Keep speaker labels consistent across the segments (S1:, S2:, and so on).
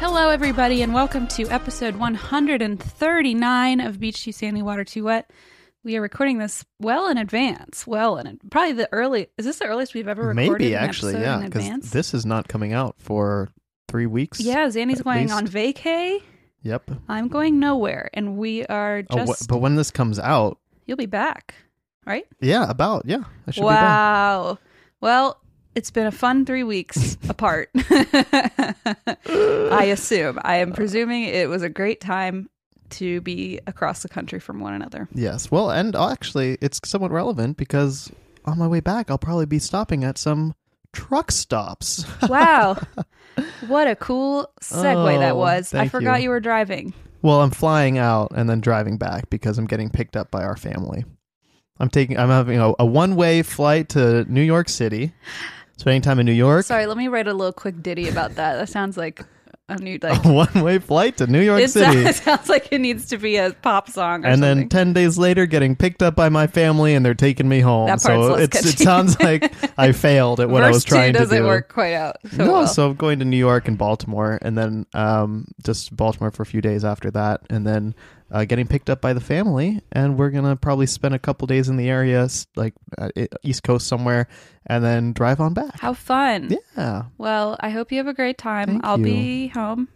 S1: Hello, everybody, and welcome to episode 139 of Beach Too Sandy, Water Too Wet. We are recording this well in advance. Well, in probably the early. Is this the earliest we've ever recorded?
S2: Maybe
S1: an
S2: actually,
S1: episode
S2: yeah,
S1: in advance.
S2: because this is not coming out for three weeks.
S1: yeah, Zanny's
S2: at
S1: going
S2: least.
S1: on vacay.
S2: Yep.
S1: I'm going nowhere, and we are
S2: Oh,
S1: just.
S2: wh- but when this comes out,
S1: you'll be back, right?
S2: yeah, about yeah, I should be back.
S1: Wow. Well, it's been a fun three weeks apart. I assume. I am presuming it was a great time to be across the country from one another.
S2: Yes. Well, and uh, actually, it's somewhat relevant because on my way back, I'll probably be stopping at some truck stops.
S1: Wow. what a cool segue that
S2: Oh,
S1: was. I
S2: thank
S1: forgot you.
S2: you.
S1: were driving.
S2: well, I'm flying out and then driving back because I'm getting picked up by our family. I'm taking. I'm having a, a one-way flight to New York City. Spending time in New York.
S1: Sorry, let me write a little quick ditty about that. That sounds like a new like
S2: A one-way flight to New York
S1: it
S2: City.
S1: sounds, sounds like it needs to be a pop song or
S2: and
S1: something.
S2: then 10 days later getting picked up by my family and they're taking me home
S1: That part's
S2: so
S1: less
S2: it's, it
S1: catchy.
S2: sounds like i failed at what
S1: Verse
S2: i was trying
S1: two
S2: to
S1: doesn't
S2: do
S1: work quite out. So
S2: no
S1: well.
S2: so i'm going to new york and baltimore and then um, just baltimore for a few days after that and then uh, getting picked up by the family and we're gonna probably spend a couple days in the area s- like uh, e- east coast somewhere and then drive on back
S1: how fun.
S2: yeah
S1: Well, I hope you have a great time.
S2: Thank
S1: I'll
S2: you.
S1: be home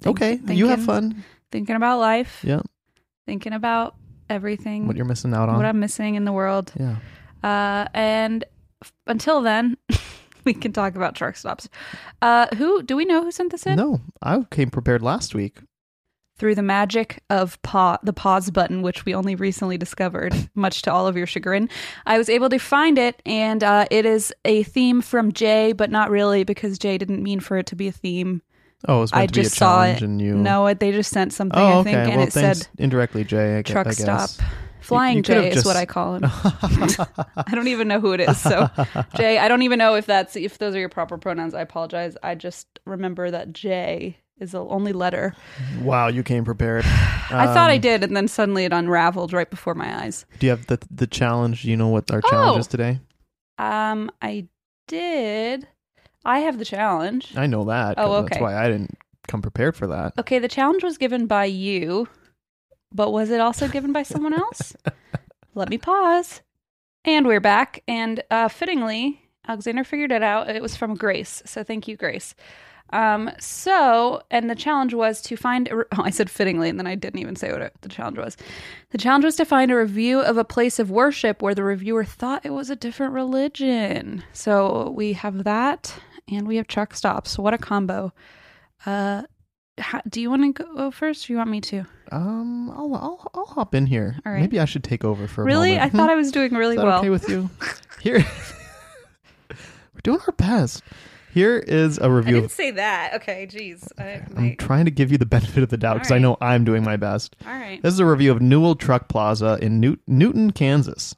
S1: Think-
S2: okay you have
S1: thinking-
S2: fun
S1: thinking about life,
S2: yeah
S1: thinking about everything,
S2: what you're missing out on
S1: what I'm missing in the world.
S2: yeah
S1: Uh, and f- until then, we can talk about truck stops. Uh, who do we know who sent this in?
S2: no i came prepared last week
S1: Through the magic of pa- the pause button, which we only recently discovered, much to all of your chagrin, I was able to find it, and uh, it is a theme from Jay, but not really because Jay didn't mean for it to be a theme.
S2: oh it was meant
S1: I
S2: to be a
S1: just saw
S2: challenge
S1: it.
S2: and you
S1: No, it- they just sent something,
S2: Oh,
S1: I think,
S2: okay.
S1: and
S2: well,
S1: it
S2: thanks
S1: said
S2: indirectly, Jay. I gu-
S1: truck
S2: I
S1: stop.
S2: guess.
S1: Flying
S2: you could have
S1: Jay is
S2: just-
S1: what I call him. I don't even know who it is. So, Jay, I don't even know if that's if those are your proper pronouns. I apologize. I just remember that J is the only letter.
S2: Wow, you came prepared. Um,
S1: I thought I did, and then suddenly it unraveled right before my eyes.
S2: Do you have the the challenge? Do you know what our challenge
S1: Oh.
S2: is today?
S1: Um, I did. I have the challenge.
S2: I know that.
S1: Oh,
S2: 'cause
S1: okay.
S2: That's why I didn't come prepared for that.
S1: Okay, the challenge was given by you, but was it also given by someone else? Let me pause. And we're back. And uh, fittingly, Alexander figured it out. It was from Grace. So thank you, Grace. Um, so, and the challenge was to find, a re- oh, I said fittingly, and then I didn't even say what it, the challenge was. The challenge was to find a review of a place of worship where the reviewer thought it was a different religion. So we have that, and we have truck stops. What a combo. Uh, how, do you want to go first or you want me to?
S2: Um, I'll I'll, I'll hop in here.
S1: All right.
S2: Maybe I should take over for a
S1: Really? I
S2: moment. Hmm?
S1: thought I was doing really
S2: Is that
S1: well.
S2: okay with you? Here, we're doing our best. Here is a
S1: I
S2: review.
S1: didn't
S2: Of,
S1: say that. Okay, jeez. I,
S2: I'm trying to give you the benefit of the doubt because I
S1: Alright.
S2: know I'm doing my best.
S1: all right.
S2: This is a review of Newell Truck Plaza in New- Newton, Kansas.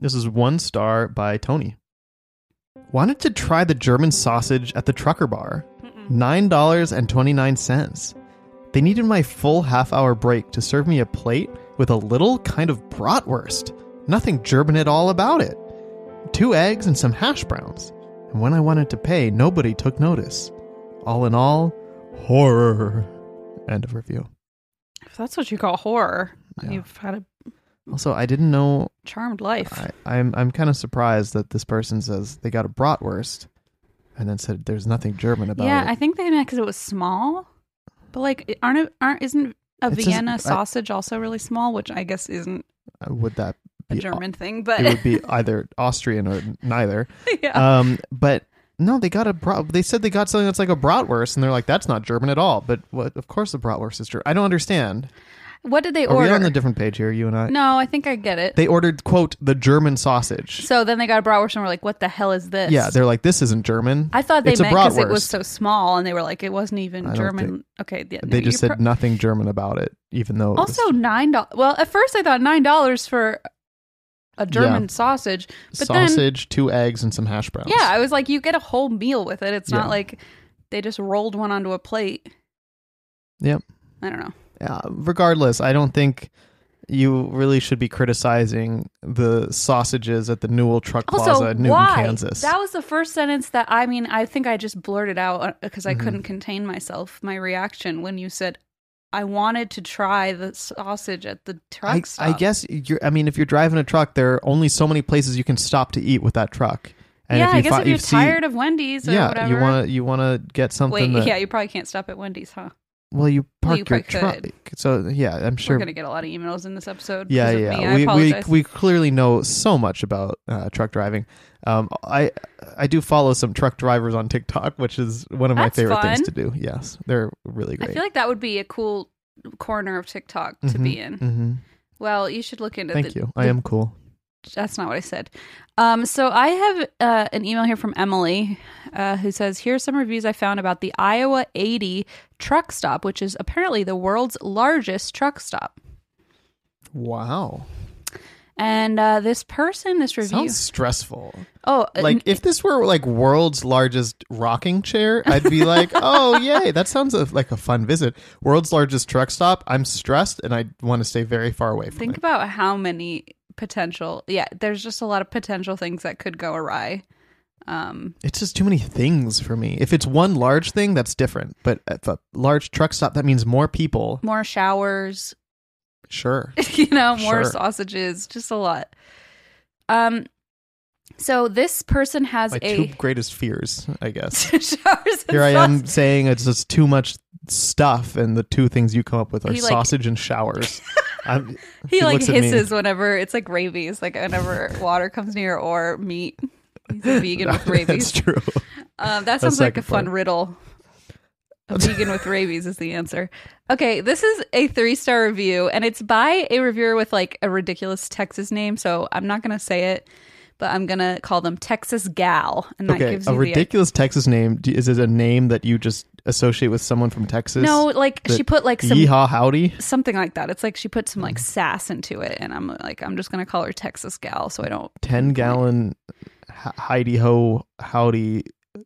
S2: This is one star by Tony. Wanted to try the German sausage at the trucker bar. $9.29. They needed my full half hour break to serve me a plate with a little kind of bratwurst. Nothing German at all about it. Two eggs and some hash browns. And when I wanted to pay, nobody took notice. All in all, horror. End of review.
S1: If that's what you call horror, you've had a
S2: Also, I didn't know.
S1: charmed life.
S2: I, I'm I'm kind of surprised that this person says they got a bratwurst, and then said there's nothing German about
S1: yeah,
S2: it.
S1: I think they meant because it was small. But like, it- aren't it- aren't isn't a
S2: It says-
S1: Vienna
S2: I-
S1: sausage also really small? Which I guess isn't
S2: Uh, Would that
S1: a
S2: be
S1: German thing, but
S2: It would be either Austrian or neither.
S1: yeah.
S2: Um, but no, they got a brat. They said they got something that's like a bratwurst, and they're like that's not German at all. But what? Of course, the bratwurst is German. I don't understand.
S1: What did they
S2: Are we
S1: order?
S2: on a different page here, you and I?
S1: no, I think I get it.
S2: They ordered, quote, the German sausage.
S1: so then they got a bratwurst and were like, "What the hell is this?"
S2: Yeah, they're like, this isn't German.
S1: I thought they
S2: it's
S1: meant
S2: a
S1: because
S2: bratwurst.
S1: it was so small, and they were like, "It wasn't
S2: I
S1: even
S2: don't
S1: German." okay, yeah, no,
S2: they just
S1: you're
S2: said
S1: pro-
S2: nothing German about it, even though. it was
S1: also nine dollars. Well, at first I thought nine dollars for a German sausage, but then
S2: sausage, two eggs, and some hash browns.
S1: yeah, I was like, you get a whole meal with it. It's
S2: Yeah.
S1: not like they just rolled one onto a plate.
S2: Yep.
S1: I don't know.
S2: Uh, regardless, I don't think you really should be criticizing the sausages at the Newell Truck Plaza
S1: Also,
S2: in Newton,
S1: why?
S2: Kansas.
S1: That was the first sentence that I mean, I think I just blurted out because
S2: Mm-hmm.
S1: I couldn't contain myself. My reaction when you said, "I wanted to try the sausage at the truck
S2: I,
S1: stop."
S2: I guess you're. I mean, if you're driving a truck, there are only so many places you can stop to eat with that truck.
S1: yeah, I guess
S2: fi-
S1: if you're
S2: see-
S1: tired of Wendy's or
S2: yeah,
S1: whatever.
S2: you want to you want to get
S1: Wait,
S2: something. that,
S1: yeah, you probably can't stop at Wendy's, huh?
S2: Well, you
S1: Well,
S2: park
S1: you
S2: your truck.
S1: probably
S2: So yeah, I'm sure.
S1: We're gonna get a lot of emails in this episode.
S2: yeah,
S1: 'cause of me. I
S2: yeah. We, we
S1: apologize.
S2: we clearly know so much about uh, truck driving. Um, I I do follow some truck drivers on TikTok, which is one of my
S1: That's
S2: favorite
S1: fun.
S2: things to do. Yes, they're really
S1: I
S2: great.
S1: feel like that would be a cool corner of TikTok to be in.
S2: hmm
S1: Well, you should look into.
S2: Thank
S1: the,
S2: you. I am cool.
S1: that's not what I said. Um, so I have uh, an email here from Emily uh, who says, Here's some reviews I found about the Iowa 80 truck stop, which is apparently the world's largest truck stop.
S2: Wow,
S1: And uh, this person, this review.
S2: sounds stressful.
S1: oh, uh,
S2: Like if this were like world's largest rocking chair, I'd be like, oh yay, that sounds a, like a fun visit. World's largest truck stop. I'm stressed and I want to stay very far away from
S1: think
S2: it.
S1: about how many potential. Yeah, there's just a lot of potential things that could go awry. Um,
S2: It's just too many things for me. If it's one large thing, that's different. But if a large truck stop, that means more people.
S1: more showers,
S2: Sure.
S1: you know, more
S2: Sure.
S1: sausages, just a lot. Um, so this person has
S2: My
S1: a
S2: two greatest fears, I guess.
S1: showers and
S2: Here I am
S1: sauce-
S2: saying it's just too much stuff, and the two things you come up with are
S1: He, like-
S2: sausage and showers. I'm,
S1: He, like
S2: looks at me.
S1: hisses whenever it's like rabies, like whenever water comes near or meat. He's a vegan with
S2: That's
S1: rabies.
S2: true.
S1: Um, that sounds like a
S2: second
S1: fun
S2: part.
S1: riddle. A vegan with rabies is the answer. Okay, this is a three star review, and it's by a reviewer with like a ridiculous Texas name, so I'm not gonna say it, but I'm gonna call them Texas Gal, and that
S2: Okay,
S1: gives you
S2: a
S1: the
S2: ridiculous Texas name. Do- Is it a name that you just associate with someone from Texas?
S1: no, like she put like some
S2: Yeehaw, Mm-hmm. howdy.
S1: something like that. It's like she put some like sass into it, and I'm like, I'm just gonna call her Texas Gal, so I don't
S2: 10 gallon h- Heidi Ho, howdy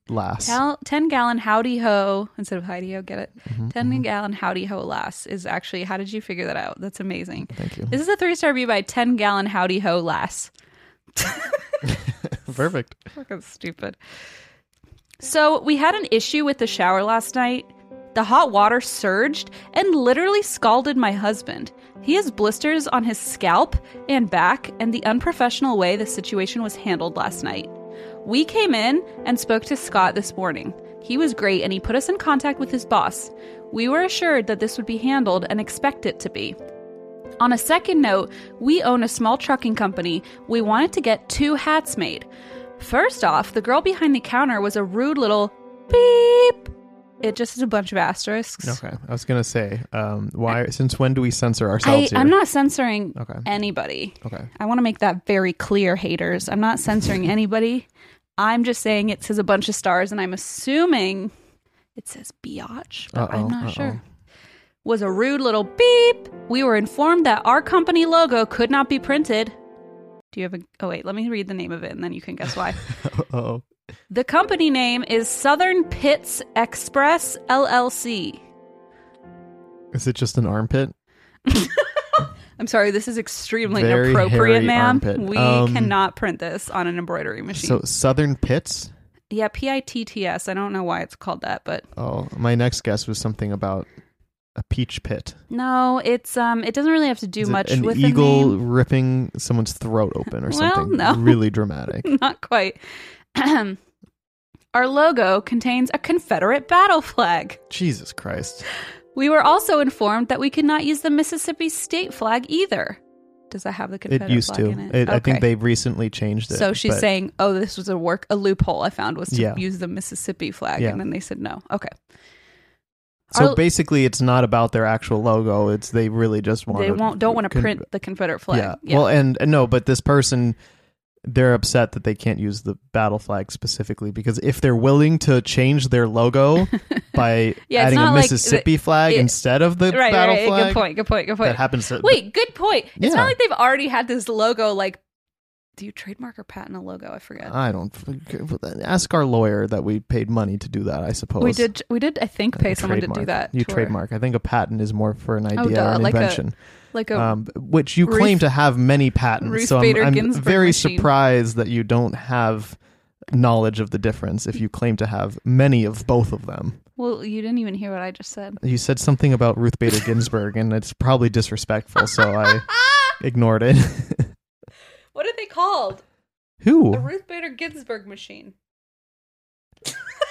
S2: lass.
S1: Gal- 10 gallon howdy ho instead of Heidi ho, get it?
S2: Mm-hmm,
S1: 10 gallon howdy ho lass is actually, how did you figure that out? That's amazing.
S2: Thank you.
S1: This is a three star review by 10 gallon howdy ho lass.
S2: Perfect.
S1: Fucking stupid. So we had an issue with the shower last night. The hot water surged and literally scalded my husband. He has blisters on his scalp and back, and the unprofessional way the situation was handled last night. We came in and spoke to Scott this morning. He was great and he put us in contact with his boss. We were assured that this would be handled and expect it to be. On a second note, we own a small trucking company. We wanted to get two hats made. First off, the girl behind the counter was a rude little beep. It just is a bunch of asterisks.
S2: Okay. I was going to say, um, why? since when do we censor
S1: I,
S2: ourselves here?
S1: I'm not censoring
S2: Okay.
S1: anybody.
S2: Okay.
S1: I want to make that very clear, haters. I'm not censoring anybody. I'm just saying it says a bunch of stars, and I'm assuming it says biatch, but
S2: Uh-oh,
S1: I'm not
S2: uh-oh.
S1: sure. Was a rude little beep. We were informed that our company logo could not be printed. Do you have a? Oh wait, let me read the name of it, and then you can guess why.
S2: Oh,
S1: the company name is Southern Pits Express LLC.
S2: is it just an armpit?
S1: I'm sorry, this is extremely
S2: Very
S1: inappropriate,
S2: hairy
S1: ma'am.
S2: armpit.
S1: We
S2: Um,
S1: cannot print this on an embroidery machine.
S2: So Southern Pits.
S1: Yeah, P I T T S. I don't know why it's called that, but
S2: Oh, my next guess was something about a peach pit.
S1: no, it's um, it doesn't really have to do
S2: Is it
S1: much
S2: an
S1: with
S2: eagle
S1: the
S2: ripping someone's throat open or
S1: Well,
S2: something
S1: no.
S2: really dramatic.
S1: name. Not quite. Our logo contains a Confederate battle flag.
S2: Jesus Christ.
S1: We were also informed that we could not use the Mississippi state flag either. Does that have the
S2: It
S1: Confederate
S2: used
S1: flag
S2: to.
S1: in it?
S2: It- I
S1: Okay.
S2: think they recently changed it.
S1: So she's
S2: but-
S1: saying, "Oh, this was a work a loophole I found was to
S2: Yeah.
S1: use the Mississippi flag,"
S2: Yeah.
S1: and then they said no. Okay.
S2: So
S1: Our-
S2: basically, it's not about their actual logo. It's they really just want
S1: they
S2: to
S1: won't don't want to
S2: con-
S1: print the Confederate flag.
S2: Yeah. Well, and, and no, but this person, they're upset that they can't use the battle flag specifically because if they're willing to change their logo by
S1: Yeah, it's
S2: adding a
S1: not like
S2: Mississippi flag
S1: it-
S2: instead of the
S1: right, right,
S2: battle
S1: right.
S2: flag,
S1: Good point. Good point. Good
S2: that
S1: point.
S2: happens. To,
S1: Wait, good point. It's
S2: Yeah.
S1: not like they've already had this logo. Like, do you trademark or patent a logo? I forget.
S2: I don't ask our lawyer that we paid money to do that. I suppose
S1: we did. We did. I think pay
S2: Oh, A
S1: someone to do
S2: trademark.
S1: that.
S2: You
S1: to our-
S2: trademark. I think a patent is more for an idea
S1: duh,
S2: or an
S1: like a-
S2: invention.
S1: like a
S2: um, which you
S1: Ruth-
S2: claim to have many patents.
S1: Ruth
S2: so I'm,
S1: Bader
S2: I'm
S1: Ginsburg
S2: very
S1: machine.
S2: surprised that you don't have knowledge of the difference if you claim to have many of both of them.
S1: Well, you didn't even hear what I just said.
S2: You said something about Ruth Bader Ginsburg, and it's probably disrespectful, so I ignored it.
S1: What are they called? The
S2: Who?
S1: Ruth Bader Ginsburg machine.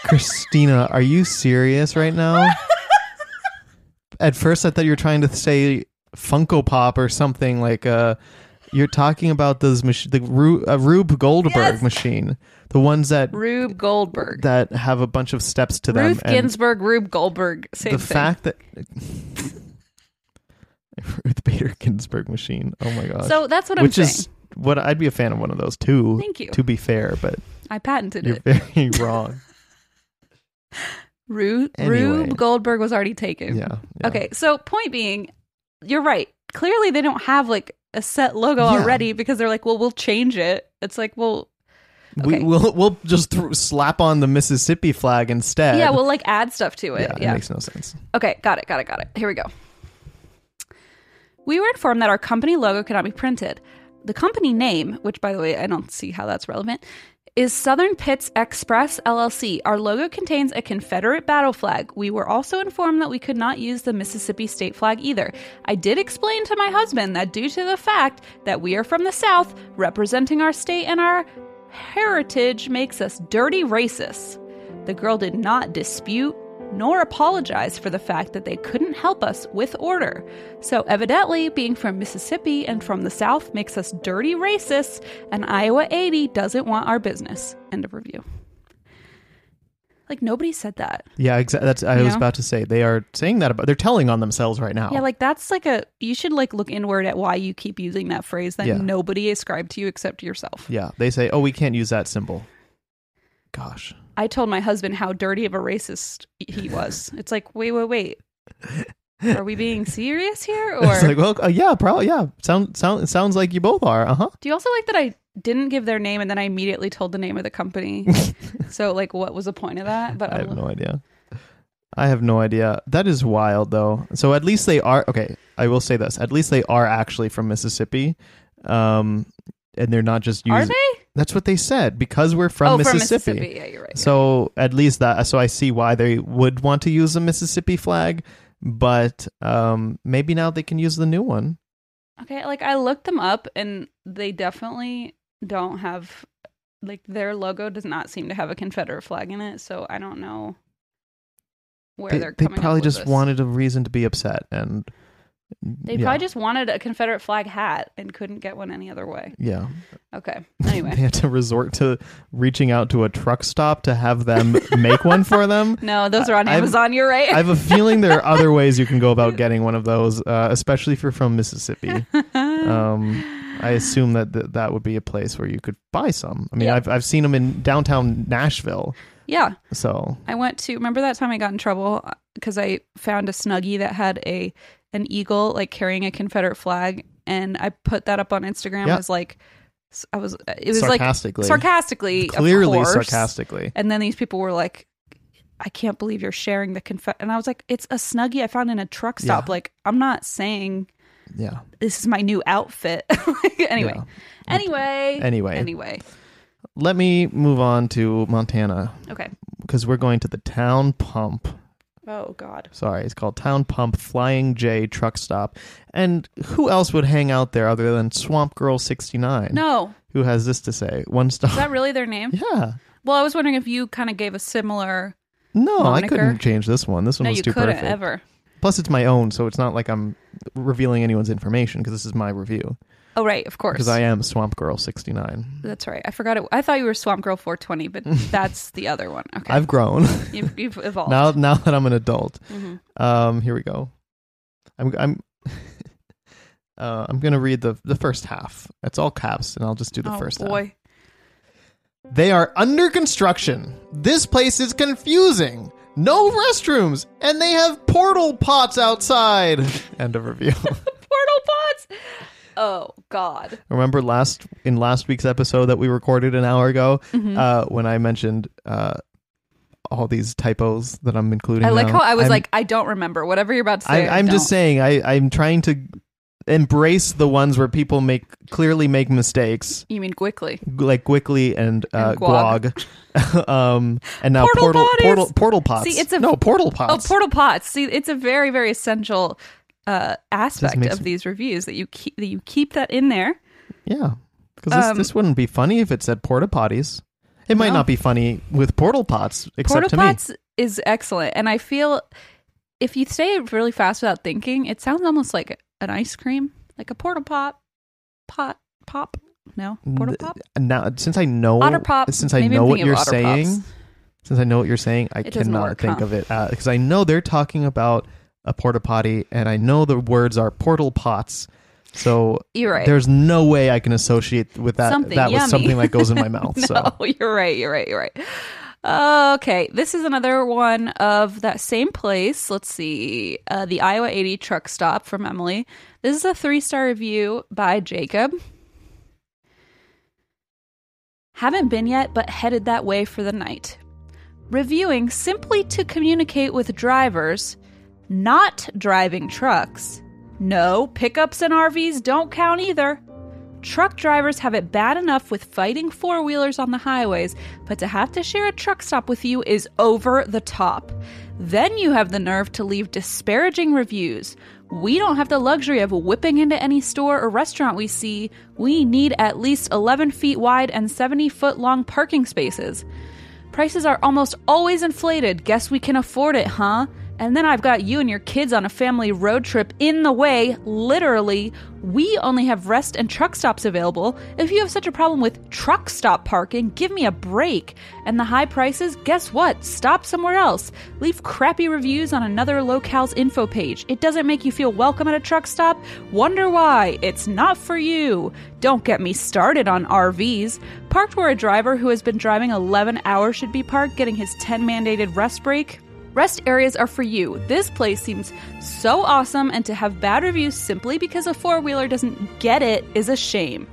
S2: Christina, are you serious right now? At first, I thought you were trying to say Funko Pop or something like uh You're talking about those mach- the Ru- uh, Rube Goldberg
S1: Yes.
S2: machine, the ones that
S1: Rube Goldberg.
S2: that have a bunch of steps to them.
S1: Ruth
S2: and
S1: Ginsburg, Rube Goldberg. Same
S2: the
S1: thing.
S2: fact that Ruth Bader Ginsburg machine. Oh my gosh.
S1: so that's what I'm
S2: Which
S1: saying.
S2: is what I'd be a fan of one of those too.
S1: Thank you.
S2: To be fair, but
S1: I patented
S2: you're
S1: it.
S2: very wrong.
S1: Ru-
S2: Anyway.
S1: Rube Goldberg was already taken.
S2: Yeah. yeah.
S1: Okay, so point being, you're right. Clearly, they don't have like a set logo
S2: Yeah.
S1: already because they're like, well, we'll change it. It's like, well,
S2: We
S1: okay.
S2: we'll we'll just thro- slap on the Mississippi flag instead.
S1: yeah, we'll like add stuff to it.
S2: yeah,
S1: Yeah.
S2: it makes no sense.
S1: Okay, got it, got it, got it. Here we go. We were informed that our company logo cannot be printed. The company name, which by the way, I don't see how that's relevant, is Southern Pits Express LLC. Our logo contains a Confederate battle flag. We were also informed that we could not use the Mississippi state flag either. I did explain to my husband that due to the fact that we are from the South, representing our state and our heritage makes us dirty racists. The girl did not dispute nor apologize for the fact that they couldn't help us with order. So, evidently, being from Mississippi and from the South makes us dirty racists, and Iowa 80 doesn't want our business. End of review. Like, nobody said that.
S2: Yeah, exactly. That's I
S1: You
S2: was
S1: know?
S2: about to say. They are saying that about. They're telling on themselves right now.
S1: Yeah, like, that's like a. You should, like, look inward at why you keep using that phrase that
S2: Yeah.
S1: nobody ascribed to you except yourself.
S2: yeah. They say, "Oh, we can't use that symbol." Gosh.
S1: I told my husband how dirty of a racist he was. It's like, wait, wait, wait. Are we being serious here? Or
S2: it's like, well, uh, yeah, probably, yeah. Sound, sound, it sounds like you both are. Uh huh.
S1: do you also like that I didn't give their name and then I immediately told the name of the company? so like, what was the point of that? But
S2: I have
S1: I'm-
S2: no idea. I have no idea. That is wild, though. So at least they are okay. I will say this: at least they are actually from Mississippi, um, and they're not just
S1: are
S2: using.
S1: they?
S2: That's what they said because we're from
S1: oh,
S2: Mississippi.
S1: from Mississippi. Yeah, you're right.
S2: So at least that. So I see why they would want to use a Mississippi flag, but um, maybe now they can use the new one.
S1: okay, like I looked them up and they definitely don't have like their logo does not seem to have a Confederate flag in it. So I don't know where
S2: They,
S1: are
S2: they
S1: coming. up
S2: probably
S1: with
S2: just
S1: this.
S2: wanted a reason to be upset, and
S1: They
S2: yeah.
S1: probably just wanted a Confederate flag hat and couldn't get one any other way.
S2: yeah.
S1: Okay.
S2: they
S1: Anyway.
S2: had to resort to reaching out to a truck stop to have them make one for them.
S1: No, those are on
S2: I- I've-
S1: Amazon. you're right.
S2: I have a feeling there are other ways you can go about getting one of those, uh, especially if you're from Mississippi. Um, I assume that th- that would be a place where you could buy some. I mean,
S1: Yeah.
S2: I've I've seen them in downtown Nashville.
S1: yeah.
S2: So
S1: I went to remember that time I got in trouble because I found a snuggie that had a an eagle like carrying a Confederate flag, and I put that up on Instagram
S2: Yeah.
S1: as like s- I was uh, it was
S2: sarcastically,
S1: like sarcastically of
S2: clearly
S1: course.
S2: sarcastically.
S1: and then these people were like. I can't believe you're sharing the confet. And I was like, it's a snuggie I found in a truck stop.
S2: Yeah.
S1: Like, I'm not saying
S2: Yeah.
S1: this is my new outfit. anyway,
S2: Yeah.
S1: anyway,
S2: Anyway.
S1: anyway.
S2: Let me move on to Montana
S1: Okay.
S2: because we're going to the town pump.
S1: Oh God.
S2: Sorry, it's called Town Pump Flying J Truck Stop. And who else would hang out there other than Swamp Girl 69?
S1: No,
S2: Who has this to say? One
S1: is
S2: stop.
S1: that really their name?
S2: yeah.
S1: Well, I was wondering if you kind of gave a similar.
S2: No, I
S1: Moniker?
S2: couldn't change this one. This one
S1: no,
S2: was
S1: you
S2: too
S1: couldn't
S2: perfect.
S1: ever.
S2: Plus, it's my own, so it's not like I'm revealing anyone's information because this is my review.
S1: Oh, right, of course.
S2: because I am Swamp Girl 69.
S1: That's right. I forgot it. I thought you were Swamp Girl 420, but that's the other one. Okay.
S2: I've grown
S1: you've, you've evolved.
S2: now. Now that I'm an adult,
S1: Mhm.
S2: um, here we go. I'm I'm uh, I'm gonna read the the first half. It's all caps, and I'll just do the
S1: oh,
S2: first half.
S1: boy.
S2: They are under construction. This place is confusing. No restrooms, and they have portal pots outside. End of review.
S1: Portal pots. Oh, God.
S2: Remember last in last week's episode that we recorded an hour ago
S1: Mm-hmm.
S2: uh, when I mentioned uh, all these typos that I'm including.
S1: I like
S2: now?
S1: how I was
S2: I'm-
S1: like, I don't remember. Whatever you're about to say.
S2: I,
S1: I
S2: I'm just
S1: don't.
S2: saying I, I'm trying to embrace the ones where people make clearly make mistakes
S1: You mean quickly.
S2: like Quickly and, uh,
S1: And Gwog.
S2: Gwog. um, and now
S1: Portal
S2: portal
S1: bodies.
S2: portal portal pots.
S1: See, it's a-
S2: no portal
S1: Oh,
S2: pots.
S1: portal pots. See, it's a very, very essential uh, aspect
S2: makes
S1: of
S2: me-
S1: these reviews that you keep that you keep that in there.
S2: yeah, because this,
S1: Um,
S2: this wouldn't be funny if it said porta potties. It might
S1: No.
S2: not be funny with portal pots, except
S1: Portal
S2: to me.
S1: pots is excellent, and I feel if you say it really fast without thinking, it sounds almost like an ice cream, like a portal pop, pot pop. No, portal
S2: Th-
S1: pop,
S2: now since I know
S1: otter pop.
S2: since I
S1: Maybe
S2: know
S1: I'm
S2: what
S1: thinking
S2: you're
S1: of otter
S2: saying,
S1: pops.
S2: since I know what you're saying, I
S1: It doesn't
S2: cannot
S1: work,
S2: think
S1: huh?
S2: of it because I know they're talking about a porta potty, and I know the words are portal pots. So
S1: You're right.
S2: there's no way I can associate with that.
S1: Something
S2: that
S1: yummy.
S2: was something that goes in my mouth. So
S1: No, you're right. You're right. You're right. Okay, this is another one of that same place. Let's see, uh, the Iowa 80 truck stop from Emily. This is a three star review by Jacob. Haven't been yet, but headed that way for the night. Reviewing simply to communicate with drivers, not driving trucks. No, pickups and RVs don't count either. Truck drivers have it bad enough with fighting four wheelers on the highways, but to have to share a truck stop with you is over the top. Then you have the nerve to leave disparaging reviews. We don't have the luxury of whipping into any store or restaurant we see. We need at least 11 feet wide and 70 foot long parking spaces. Prices are almost always inflated. Guess we can afford it, huh? And then I've got you and your kids on a family road trip in the way, literally. We only have rest and truck stops available. If you have such a problem with truck stop parking, give me a break. And the high prices, guess what? Stop somewhere else. Leave crappy reviews on another locale's info page. It doesn't make you feel welcome at a truck stop? Wonder why? It's not for you. Don't get me started on RVs. Parked where a driver who has been driving 11 hours should be parked, getting his 10 mandated rest break. Rest areas are for you. This place seems so awesome, and to have bad reviews simply because a four wheeler doesn't get it is a shame.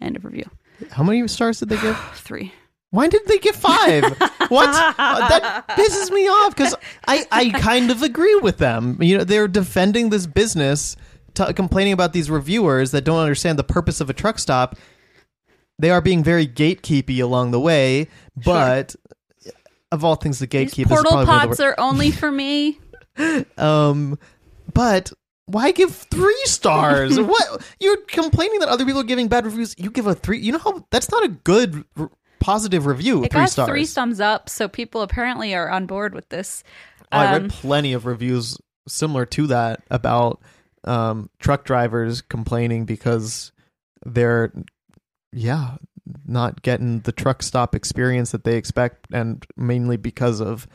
S1: End of review.
S2: how many stars did they give?
S1: Three.
S2: Why did they give five? what? Uh, that pisses me off because I, I kind of agree with them. You know, they're defending this business, t- complaining about these reviewers that don't understand the purpose of a truck stop. They are being very gatekeepy along the way, but of all things, the
S1: These
S2: gatekeep is
S1: portal
S2: probably one of
S1: pots
S2: the
S1: are only for me.
S2: wor- um. But why give three stars? what you're complaining that other people are giving bad reviews? You give a three. You know how that's not a good. r positive review
S1: It
S2: three
S1: got
S2: stars
S1: three thumbs up, so people apparently are on board with this.
S2: Oh, I
S1: Um,
S2: read plenty of reviews similar to that about um, truck drivers complaining because they're, yeah, not getting the truck stop experience that they expect, and mainly because of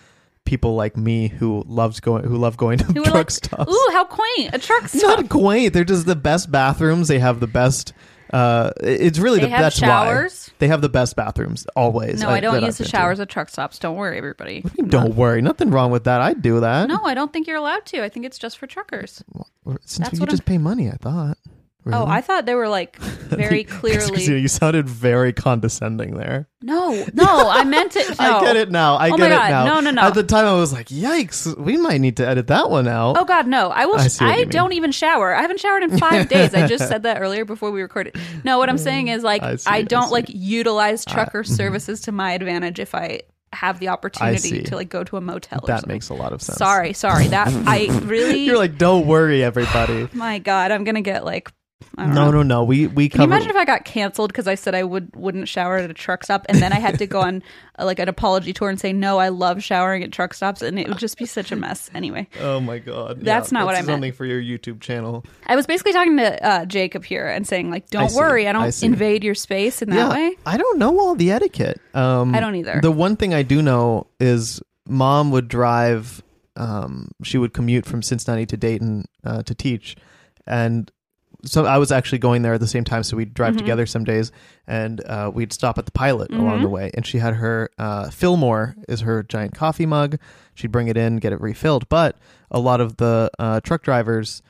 S2: people like me who loves going who love going to
S1: who were
S2: truck
S1: like,
S2: stops.
S1: Ooh, how quaint! A truck
S2: It's
S1: stop.
S2: not quaint. They're just the best bathrooms. They have the best. Uh, it's really
S1: They
S2: the,
S1: have
S2: that's
S1: showers.
S2: why they have the best bathrooms always. uh,
S1: no, I, don't
S2: that
S1: use
S2: I've
S1: the
S2: been to.
S1: showers at truck stops. Don't worry, everybody.
S2: Don't worry, nothing wrong with that. I'd do that.
S1: No, I don't think you're allowed to. I think it's just for truckers.
S2: Or- Since
S1: That's
S2: you
S1: what
S2: just pay money, I thought.
S1: Oh, I thought they were like very
S2: Christina,
S1: clearly.
S2: you sounded very condescending there.
S1: No, no, I meant it. No.
S2: I get it now. I
S1: Oh
S2: get
S1: my God.
S2: it now.
S1: No, no, no.
S2: At the time, I was like, "Yikes, we might need to edit that one out."
S1: Oh God, no! I will.
S2: I
S1: I,
S2: see what you mean.
S1: don't even shower. I haven't showered in five days. I just said that earlier before we recorded. No, what I'm saying is like
S2: I
S1: I,
S2: see, I
S1: don't
S2: see. mm-hmm.
S1: like utilize trucker services to my advantage if I have the
S2: see.
S1: opportunity to like go to a motel. or
S2: that
S1: something.
S2: makes a lot of sense.
S1: Sorry, sorry. That I really.
S2: you're like, "Don't worry, everybody."
S1: my God, I'm gonna get like I don't
S2: No,
S1: know.
S2: no, no. We we
S1: Can you
S2: covered.
S1: imagine if I got canceled because I said I would wouldn't shower at a truck stop, and then I had to go on uh, like an apology tour and say no, I love showering at truck stops, and it would just be such a mess. Anyway,
S2: oh my god.
S1: That's not what I meant.
S2: Something for your YouTube channel.
S1: I was basically talking to uh, Jacob here and saying like, don't
S2: see.
S1: worry, I
S2: I
S1: don't
S2: see.
S1: invade your space in that way.
S2: I don't know all the etiquette. Um,
S1: I don't either.
S2: The one thing I do know is mom would drive. Um, she would commute from Cincinnati to Dayton uh, to teach, and so I was actually going there at the same time. So we'd
S1: Mm-hmm.
S2: drive together some days, and uh, we'd stop at the Pilot along the
S1: Mm-hmm.
S2: way. And she had her uh, Fillmore is her giant coffee mug. She'd bring it in, get it refilled. But a lot of the uh, truck drivers.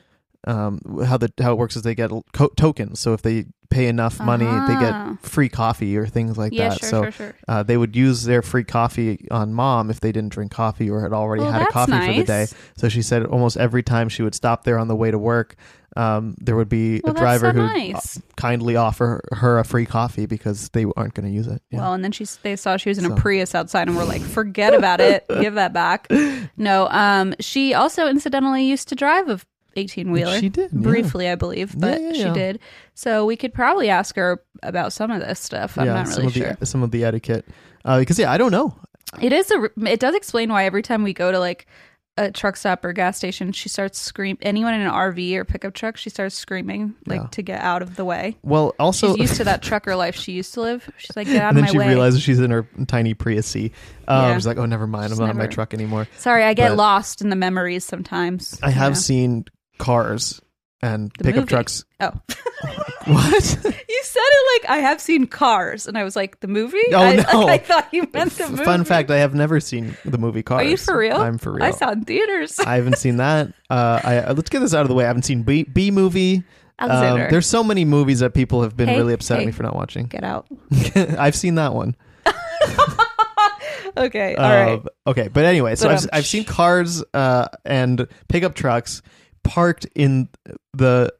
S2: Um, how the how it works is they get co- tokens. So if they pay enough money, they
S1: Ah.
S2: get free coffee or things like
S1: Yeah,
S2: that.
S1: sure,
S2: so
S1: sure, sure.
S2: Uh, they would use their free coffee on mom if they didn't drink coffee or had already
S1: Well,
S2: had a
S1: that's
S2: coffee for the day.
S1: nice.
S2: So she said almost every time she would stop there on the way to work, um, there would be
S1: Well,
S2: a
S1: that's
S2: driver
S1: so
S2: who uh,
S1: nice.
S2: kindly offer her a free coffee because they aren't going to use it. Yeah.
S1: Well, and then she s- they saw she was in
S2: So.
S1: a Prius outside, and we're like, forget about it, give that back. No, um, she also incidentally used to drive a eighteen wheeler.
S2: She did, yeah.
S1: briefly, I believe, but
S2: yeah,
S1: she
S2: yeah.
S1: did. So we could probably ask her about some of this stuff. I'm
S2: yeah,
S1: not
S2: some
S1: really
S2: of
S1: sure.
S2: the some of the etiquette uh, because yeah, I don't know.
S1: It is a. r- It does explain why every time we go to like a truck stop or gas station, she starts scream. Anyone in an RV or pickup truck, she starts screaming like
S2: Yeah.
S1: to get out of the way.
S2: Well, also
S1: She's used to that trucker life she used to live. She's like, get out
S2: and
S1: of
S2: then
S1: my
S2: she
S1: way.
S2: realizes she's in her tiny Prius C. Um,
S1: Yeah.
S2: She's like, oh, never mind.
S1: She's
S2: I'm not in my
S1: never-
S2: truck anymore.
S1: Sorry, I get
S2: but-
S1: lost in the memories sometimes.
S2: I
S1: you
S2: have
S1: know.
S2: seen cars and
S1: The
S2: pickup
S1: movie.
S2: trucks.
S1: Oh,
S2: What?
S1: you said it like I have seen Cars, and I was like, the movie.
S2: Oh,
S1: I,
S2: no.
S1: I thought you meant the movie.
S2: Fun fact: I have never seen the movie Cars.
S1: Are you for real?
S2: I'm for real.
S1: I saw it in theaters.
S2: I haven't seen that. Uh, I, uh, let's get this out of the way. I haven't seen B, B movie. Um,
S1: Alexander.
S2: there's so many movies that people have been
S1: Hey,
S2: really upset at
S1: hey.
S2: me for not watching.
S1: Get out.
S2: I've seen that one.
S1: Okay. all right.
S2: Um, Okay, but anyway, so
S1: But,
S2: I've,
S1: um,
S2: I've seen cars uh, and pickup trucks parked in the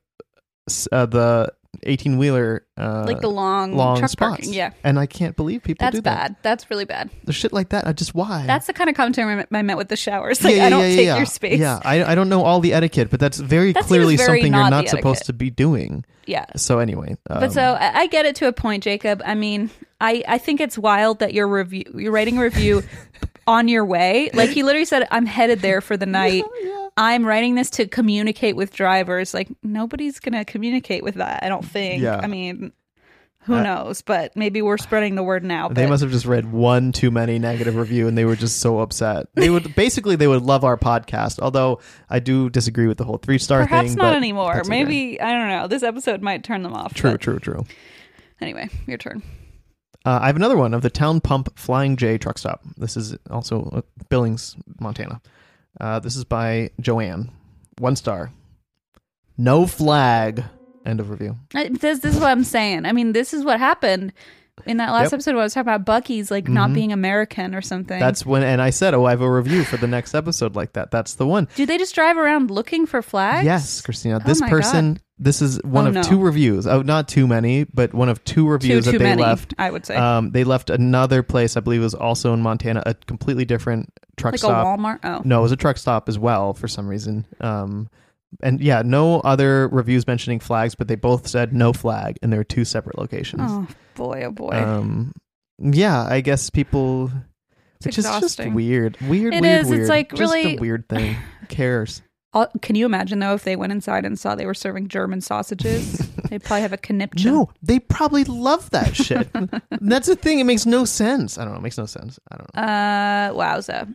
S2: uh, the eighteen wheeler uh,
S1: Like the long,
S2: long
S1: truck
S2: spots.
S1: parking. Yeah.
S2: and I can't believe people
S1: That's
S2: do that.
S1: bad. That's really bad.
S2: There's shit like that. I just why?
S1: That's the kind of commentary I meant with the showers. Like, I don't take your space.
S2: Yeah, I, I don't know all the etiquette, but that's very
S1: That seems
S2: clearly
S1: very
S2: something you're
S1: not
S2: not
S1: the
S2: supposed
S1: etiquette.
S2: to be doing.
S1: Yeah.
S2: So anyway, um,
S1: But so I, I get it to a point, Jacob. I mean, I, I think it's wild that you're review you're writing a review on your way. Like he literally said, I'm headed there for the night. I'm writing this to communicate with drivers. Like nobody's gonna communicate with that, I don't think.
S2: Yeah.
S1: I mean who
S2: Uh,
S1: knows? But maybe we're spreading the word now.
S2: they
S1: but-
S2: must have just read one too many negative review, and they were just so upset. They would basically they would love our podcast. Although I do disagree with the whole three star thing.
S1: Perhaps not
S2: but
S1: anymore.
S2: that's okay.
S1: Maybe I don't know. This episode might turn them off.
S2: True,
S1: but
S2: true, true.
S1: Anyway, your turn.
S2: Uh, I have another one of the Town Pump Flying J truck stop. This is also uh, Billings, Montana. Uh, this is by Joanne. One star. No flag. End of review.
S1: I- This, this is what I'm saying. I mean, this is what happened in that last
S2: Yep. Mm-hmm.
S1: episode when I was talking about Bucky's like not being American or something.
S2: That's when, and I said, "Oh, I have a review for the next episode like that." That's the one.
S1: Do they just drive around looking for flags?
S2: Yes, Christina.
S1: Oh
S2: This
S1: my
S2: person. This is one
S1: Oh,
S2: of
S1: no.
S2: two reviews. Oh, not too many, but one of two
S1: Too,
S2: reviews
S1: too
S2: that they
S1: many,
S2: left.
S1: I would say.
S2: Um, they left another place. I believe it was also in Montana, a completely different truck
S1: like
S2: stop.
S1: a Walmart. Oh.
S2: No, it was a truck stop as well for some reason. Um, and yeah, no other reviews mentioning flags, but they both said no flag, and there were two separate locations.
S1: Oh, boy, oh, boy.
S2: Um, yeah, I guess people.
S1: It's
S2: which is just
S1: exhausting.
S2: weird. Weird,
S1: It is.
S2: weird,
S1: It's
S2: weird.
S1: like
S2: Just
S1: really-
S2: a weird thing. Who cares?
S1: All- Can you imagine, though, if they went inside and saw they were serving German sausages? They'd probably have a conniption.
S2: No, they probably love that shit. That's the thing. It makes no sense. I don't know. It makes no sense. I don't know.
S1: Uh, wowza.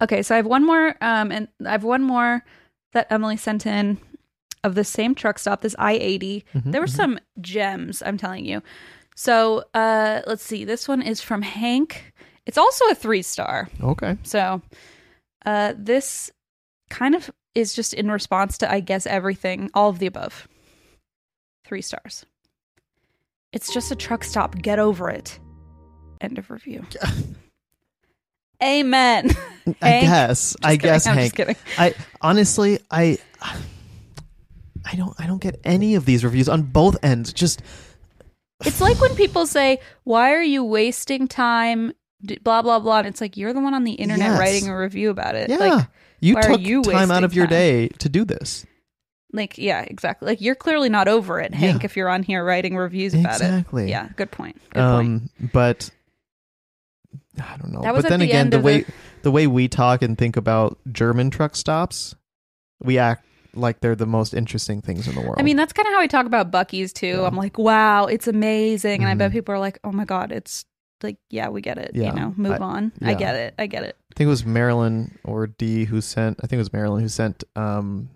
S1: Okay, so I have one more, um, and I have one more that Emily sent in of the same truck stop, this I 80. There were some gems, I'm telling you. So uh, let's see. This one is from Hank. It's also a three star.
S2: Okay.
S1: So uh, this kind of is just in response to, I guess, everything, all of the above. Three stars. It's just a truck stop. Get over it. End of review. Amen.
S2: I
S1: Hank.
S2: guess. I
S1: kidding.
S2: guess
S1: I'm
S2: Hank.
S1: just kidding.
S2: I honestly I I don't I don't get any of these reviews on both ends. Just
S1: It's like when people say, "Why are you wasting time?" D- Blah blah blah, and it's like you're the one on the internet
S2: Yes.
S1: writing a review about it.
S2: yeah.
S1: Uh, Like,
S2: you
S1: why are
S2: took
S1: you
S2: time out
S1: wasting
S2: of your
S1: time?
S2: day to do this.
S1: like yeah, exactly. Like you're clearly not over it, Hank,
S2: Yeah.
S1: if you're on here writing reviews about it.
S2: Exactly.
S1: Yeah, good point. Good point.
S2: Um but I don't know.
S1: That was
S2: but
S1: at
S2: then
S1: the
S2: again
S1: end
S2: the
S1: of
S2: way
S1: the-
S2: the way we talk and think about German truck stops, we act like they're the most interesting things in the world.
S1: I mean, that's kind of how I talk about Bucky's too. I'm like, wow, it's amazing, and I bet
S2: Mhm.
S1: people are like, oh my god, it's like, yeah, we get it.
S2: Yeah.
S1: You know, move
S2: I-
S1: on. I
S2: yeah.
S1: get it. I get it.
S2: I think it was Marilyn or D who sent. I think it was Marilyn who sent um,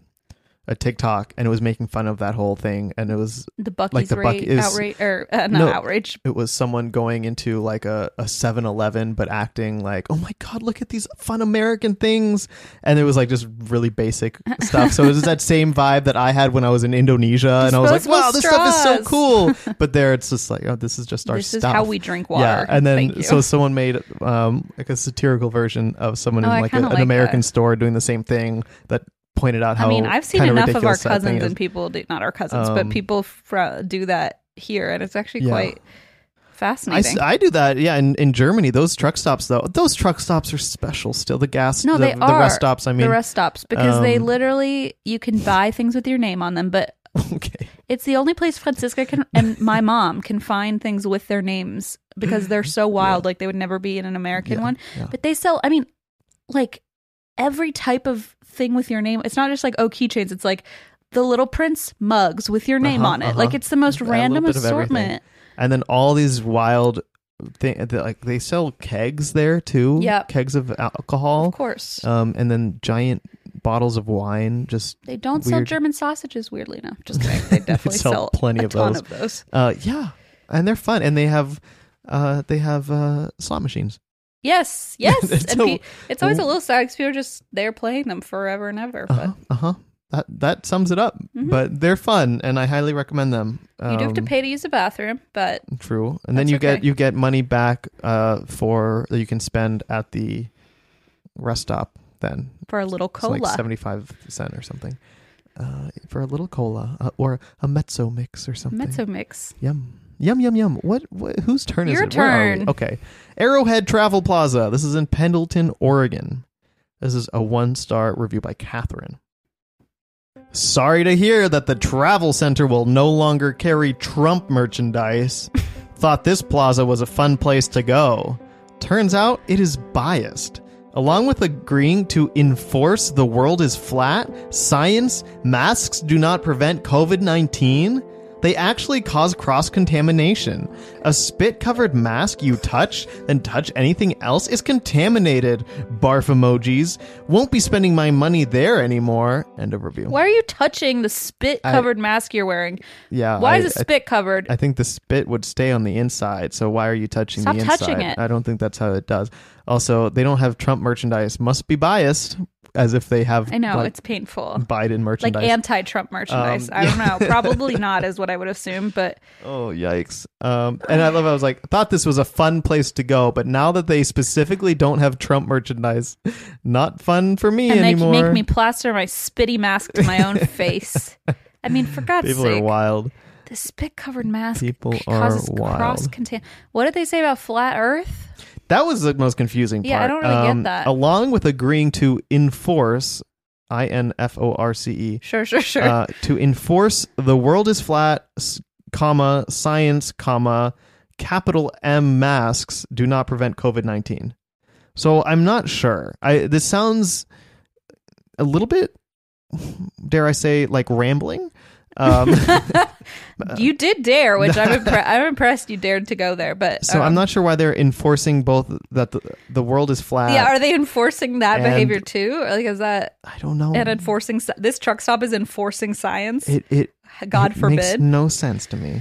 S2: a TikTok, and it was making fun of that whole thing. And it was
S1: The Bucky's
S2: the
S1: rate,
S2: Buc- is-
S1: outrage or uh, not
S2: No.
S1: outrage.
S2: it was someone going into like a a Seven Eleven, but acting like, "Oh my God, look at these fun American things!" And it was like just really basic stuff. So it was that same vibe that I had when I was in Indonesia, and I was like,
S1: Disposable
S2: "Wow, this stuff is so
S1: straws."
S2: cool!" But there, it's just like, "Oh, this is just our
S1: This
S2: stuff."
S1: is how we drink water.
S2: Yeah, and
S1: Thank
S2: then
S1: you.
S2: so someone made um, like a satirical version of someone
S1: Oh,
S2: in
S1: I
S2: like a,
S1: kinda
S2: an
S1: like
S2: American
S1: that.
S2: store doing the same thing that pointed out how
S1: I mean, I've seen
S2: kinda
S1: enough of our
S2: ridiculous that thing
S1: cousins
S2: is.
S1: and people do not our cousins, but
S2: Um,
S1: people fr- do that here, and it's actually
S2: Yeah.
S1: quite
S2: I, s-
S1: fascinating.
S2: I do that, yeah. In, in Germany, those truck stops though, those truck stops are special. Still, the gas,
S1: no,
S2: the,
S1: they
S2: the
S1: are
S2: rest stops. I mean,
S1: the rest stops because they
S2: um,
S1: literally you can buy things with your name on them, but
S2: okay,
S1: it's the only place Francisca can and my mom can find things with their names because they're so wild, like they would never be in an American
S2: Yeah,
S1: one.
S2: yeah.
S1: But they sell, I mean, like every type of thing with your name. It's not just like oh keychains. It's like the Little Prince mugs with your name
S2: Uh-huh,
S1: on it.
S2: uh-huh.
S1: Like it's the most
S2: A little
S1: random
S2: bit of everything.
S1: assortment.
S2: and then all these wild thing, like they sell kegs there too.
S1: Yep.
S2: kegs of alcohol,
S1: Of course.
S2: um, and then giant bottles of wine. Just
S1: they don't sell
S2: weird-
S1: German sausages, weirdly enough. Just kidding. They definitely
S2: sell
S1: sell,
S2: plenty
S1: a
S2: of
S1: ton
S2: those.
S1: of those.
S2: Uh, yeah, and they're fun, and they have, uh, they have uh, slot machines.
S1: Yes, yes.
S2: It's
S1: and
S2: a-
S1: pe- it's always a little sad because people are just they're playing them forever and ever. But
S2: Uh huh. That that sums it up. But they're fun, and I highly recommend them.
S1: Mm-hmm. you do have to
S2: Um,
S1: pay to use the bathroom, but
S2: True, and then
S1: That's
S2: you get
S1: okay.
S2: you get money back uh, for that you can spend at the rest stop. Then
S1: for a little
S2: it's
S1: cola.
S2: like seventy five cent or something uh, for a little cola uh, or a mezzo mix or something.
S1: Mezzo mix.
S2: Yum. Yum yum yum. What, what whose turn is
S1: Your
S2: it? Where are we?
S1: turn.
S2: Okay. Arrowhead Travel Plaza. This is in Pendleton, Oregon. This is a one-star review by Catherine. Sorry to hear that the travel center will no longer carry Trump merchandise. Thought this plaza was a fun place to go. Turns out it is biased. Along with agreeing to enforce the world is flat, science, masks do not prevent COVID 19, they actually cause cross contamination. A spit covered mask you touch, then touch anything else is contaminated. Barf emojis. Won't be spending my money there anymore. End of review.
S1: Why are you touching the spit covered mask you're wearing?
S2: Yeah.
S1: Why
S2: I-
S1: is it
S2: I-
S1: spit covered?
S2: I think the spit would stay on the inside, so why are you touching
S1: Stop
S2: the inside?
S1: touching it.
S2: I don't think that's how it does. Also, they don't have Trump merchandise. Must be biased, as if they have.
S1: I know,
S2: like,
S1: it's painful.
S2: Biden
S1: Like
S2: merchandise.
S1: anti Trump merchandise.
S2: Um,
S1: I don't
S2: yeah.
S1: know. Probably not is what I would assume, but
S2: oh yikes! Um, and I love. I was like, thought this was a fun place to go, but now that they specifically don't have Trump merchandise, not fun for me
S1: and they
S2: anymore.
S1: make me plaster my spitty mask to my own face. I mean, for God's
S2: People
S1: sake,
S2: are wild.
S1: the spit covered mask
S2: People are
S1: causes
S2: wild.
S1: cross contain. What did they say about flat Earth?
S2: That was the most confusing part. Um,
S1: Yeah, I don't really get that.
S2: Along with agreeing to enforce, I N F O R C E,
S1: Sure, sure, sure.
S2: uh, to enforce the world is flat, s- comma science, comma capital M masks do not prevent COVID nineteen. So I'm not sure. I this sounds a little bit, dare I say, like rambling. Um,
S1: you did dare, which I'm impre- I'm impressed you dared to go there. But
S2: so
S1: um,
S2: I'm not sure why they're enforcing both that the, the world is flat.
S1: yeah, are they enforcing that
S2: and-
S1: behavior too? Or, Like, is that
S2: I don't know.
S1: and enforcing sci- this truck stop is enforcing science?
S2: it it
S1: God
S2: it makes
S1: forbid.
S2: no sense to me.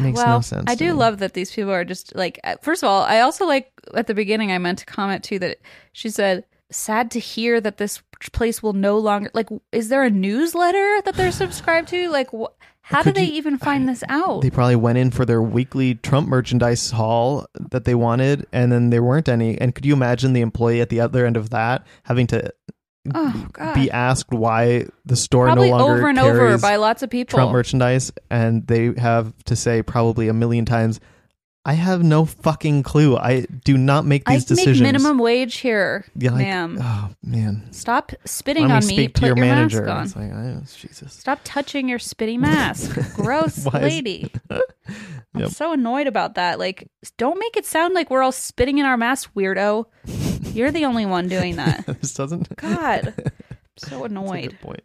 S2: makes
S1: well,
S2: no sense
S1: I
S2: to
S1: do
S2: me.
S1: love that these people are just like. uh, First of all, I also like at the beginning. I meant to comment too that she said, "Sad to hear that this place will no longer like." Is there a newsletter that they're subscribed to? Like, wh- how
S2: Could
S1: do they
S2: you-
S1: even find this out?
S2: They probably went in for their weekly Trump merchandise haul that they wanted, and then there weren't any. And could you imagine the employee at the other end of that having to
S1: oh God!
S2: be asked why the store
S1: Probably
S2: no longer
S1: over and
S2: carries
S1: over by lots of people.
S2: Trump merchandise, and they have to say probably a million times, "I have no fucking clue. I do not make
S1: I
S2: these decisions."
S1: make minimum wage here,
S2: Yeah, like,
S1: ma'am.
S2: Oh man,
S1: Stop spitting
S2: when we
S1: on me.
S2: speak
S1: Put
S2: to your, manager,
S1: mask on.
S2: it's like, I, Jesus.
S1: Stop touching your spitty mask. Gross
S2: Why is-
S1: lady. I'm
S2: Yep.
S1: so annoyed about that. Like, don't make it sound like we're all spitting in our masks, weirdo. You're the only one doing that.
S2: this doesn't.
S1: God. I'm so
S2: That's a
S1: annoyed.
S2: good point.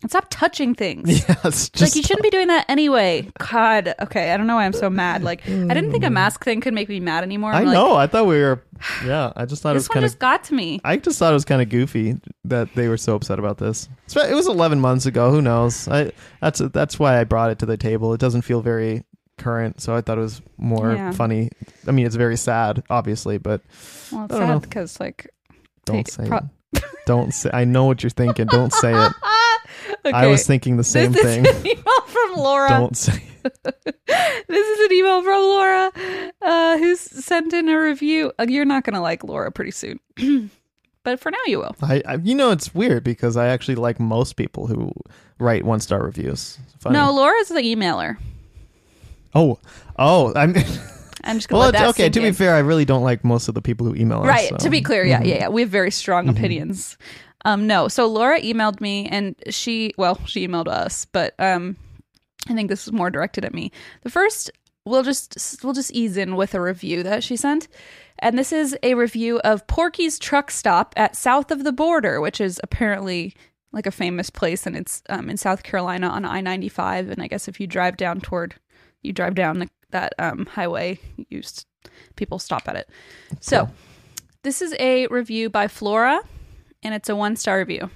S1: And stop touching things.
S2: Yeah,
S1: It's
S2: it's just
S1: like you shouldn't be doing that anyway. God. Okay, I don't know why I'm so mad. Like I didn't think a mask thing could make me mad anymore.
S2: Mm. I
S1: I'm like,
S2: know. I thought we were. Yeah, I just thought it was
S1: This one
S2: kind of.
S1: just got to me.
S2: I just thought it was kind of goofy that they were so upset about this. It's fe- It was 11 months ago. Who knows? I that's that's why I brought it to the table. It doesn't feel very current, so I thought it was more
S1: Yeah.
S2: funny. I mean, it's very sad, obviously, but
S1: Well, it's
S2: I don't know.
S1: sad because like
S2: don't
S1: Hey,
S2: say
S1: pro-
S2: it. Don't say. I know what you're thinking. Don't say it.
S1: ah, okay.
S2: I was thinking the same
S1: this
S2: thing.
S1: Is an email from Laura.
S2: Don't say. It.
S1: This is an email from Laura, uh, who's sent in a review. Uh, You're not gonna like Laura pretty soon, but for now you will.
S2: I, I you know it's weird because I actually like most people who write one star reviews. Funny.
S1: No, Laura's the emailer.
S2: Oh. Oh. I'm.
S1: I'm just gonna
S2: Well,
S1: let
S2: it's,
S1: that
S2: okay.
S1: sink
S2: To be
S1: in.
S2: fair, I really don't like most of the people who email us.
S1: right?
S2: so-
S1: To be clear, yeah, yeah, yeah. We have very strong opinions. Um, no, so Laura emailed me, and she, well, she emailed us, but um, I think this was more directed at me. The first, we'll just we'll just ease in with a review that she sent, and this is a review of Porky's truck stop at South of the Border, which is apparently like a famous place, and it's um, in South Carolina on I ninety five, and I guess if you drive down toward, you drive down the, that um, highway, you s- people stop at it. So this is a review by Flora, and it's a one star review.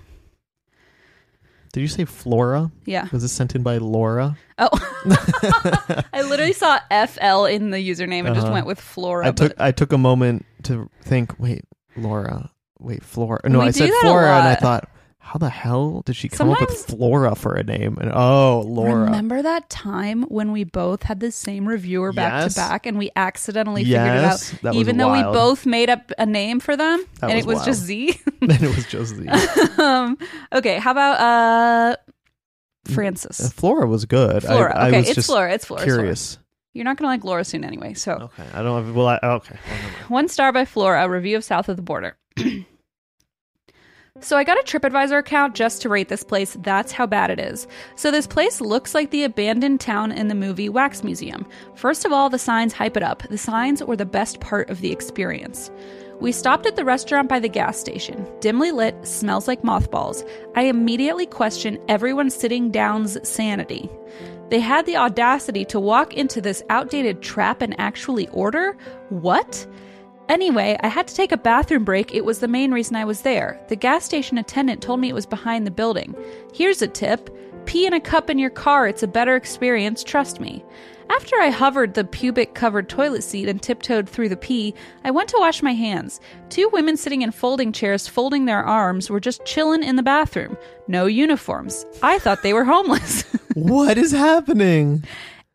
S2: Did you say Flora?
S1: Yeah.
S2: Was this sent in by Laura?
S1: Oh, I literally saw FL in the username and just went with Flora.
S2: Uh-huh. I took
S1: but
S2: I took a moment to think. Wait, Laura. Wait, Flora. No,
S1: We
S2: I
S1: do
S2: said
S1: that a
S2: Flora, and I
S1: lot.
S2: thought, how the hell did she come up with
S1: Sometimes-
S2: Flora for a name? And oh, Laura.
S1: remember that time when we both had the same reviewer back
S2: Yes.
S1: to back and we accidentally
S2: Yes,
S1: figured it
S2: that
S1: out,
S2: was
S1: even though
S2: wild.
S1: we both made up a name for them
S2: That
S1: and
S2: was
S1: it was just
S2: wild.
S1: Z?
S2: Then it was just the
S1: um, okay, how about uh, Francis?
S2: Uh, Flora was good. I-
S1: Flora.
S2: I,
S1: okay,
S2: was
S1: it's
S2: just
S1: Flora. It's Flora. it's Flora.
S2: Curious.
S1: You're not going to like Laura soon anyway. So,
S2: Okay. I don't. Have, well, I, okay. Well, never mind.
S1: One star by Flora, a review of South of the Border. so I got a TripAdvisor account just to rate this place. That's how bad it is. So this place looks like the abandoned town in the movie Wax Museum. First of all, the signs hype it up. The signs were the best part of the experience. We stopped at the restaurant by the gas station. Dimly lit, smells like mothballs. I immediately question everyone sitting down's sanity. They had the audacity to walk into this outdated trap and actually order? What? Anyway, I had to take a bathroom break. It was the main reason I was there. The gas station attendant told me it was behind the building. Here's a tip pee in a cup in your car. It's a better experience, trust me. After I hovered the pubic covered toilet seat and tiptoed through the pee, I went to wash my hands. Two women sitting in folding chairs, folding their arms, were just chillin' in the bathroom. No uniforms. I thought they were homeless.
S2: What is happening?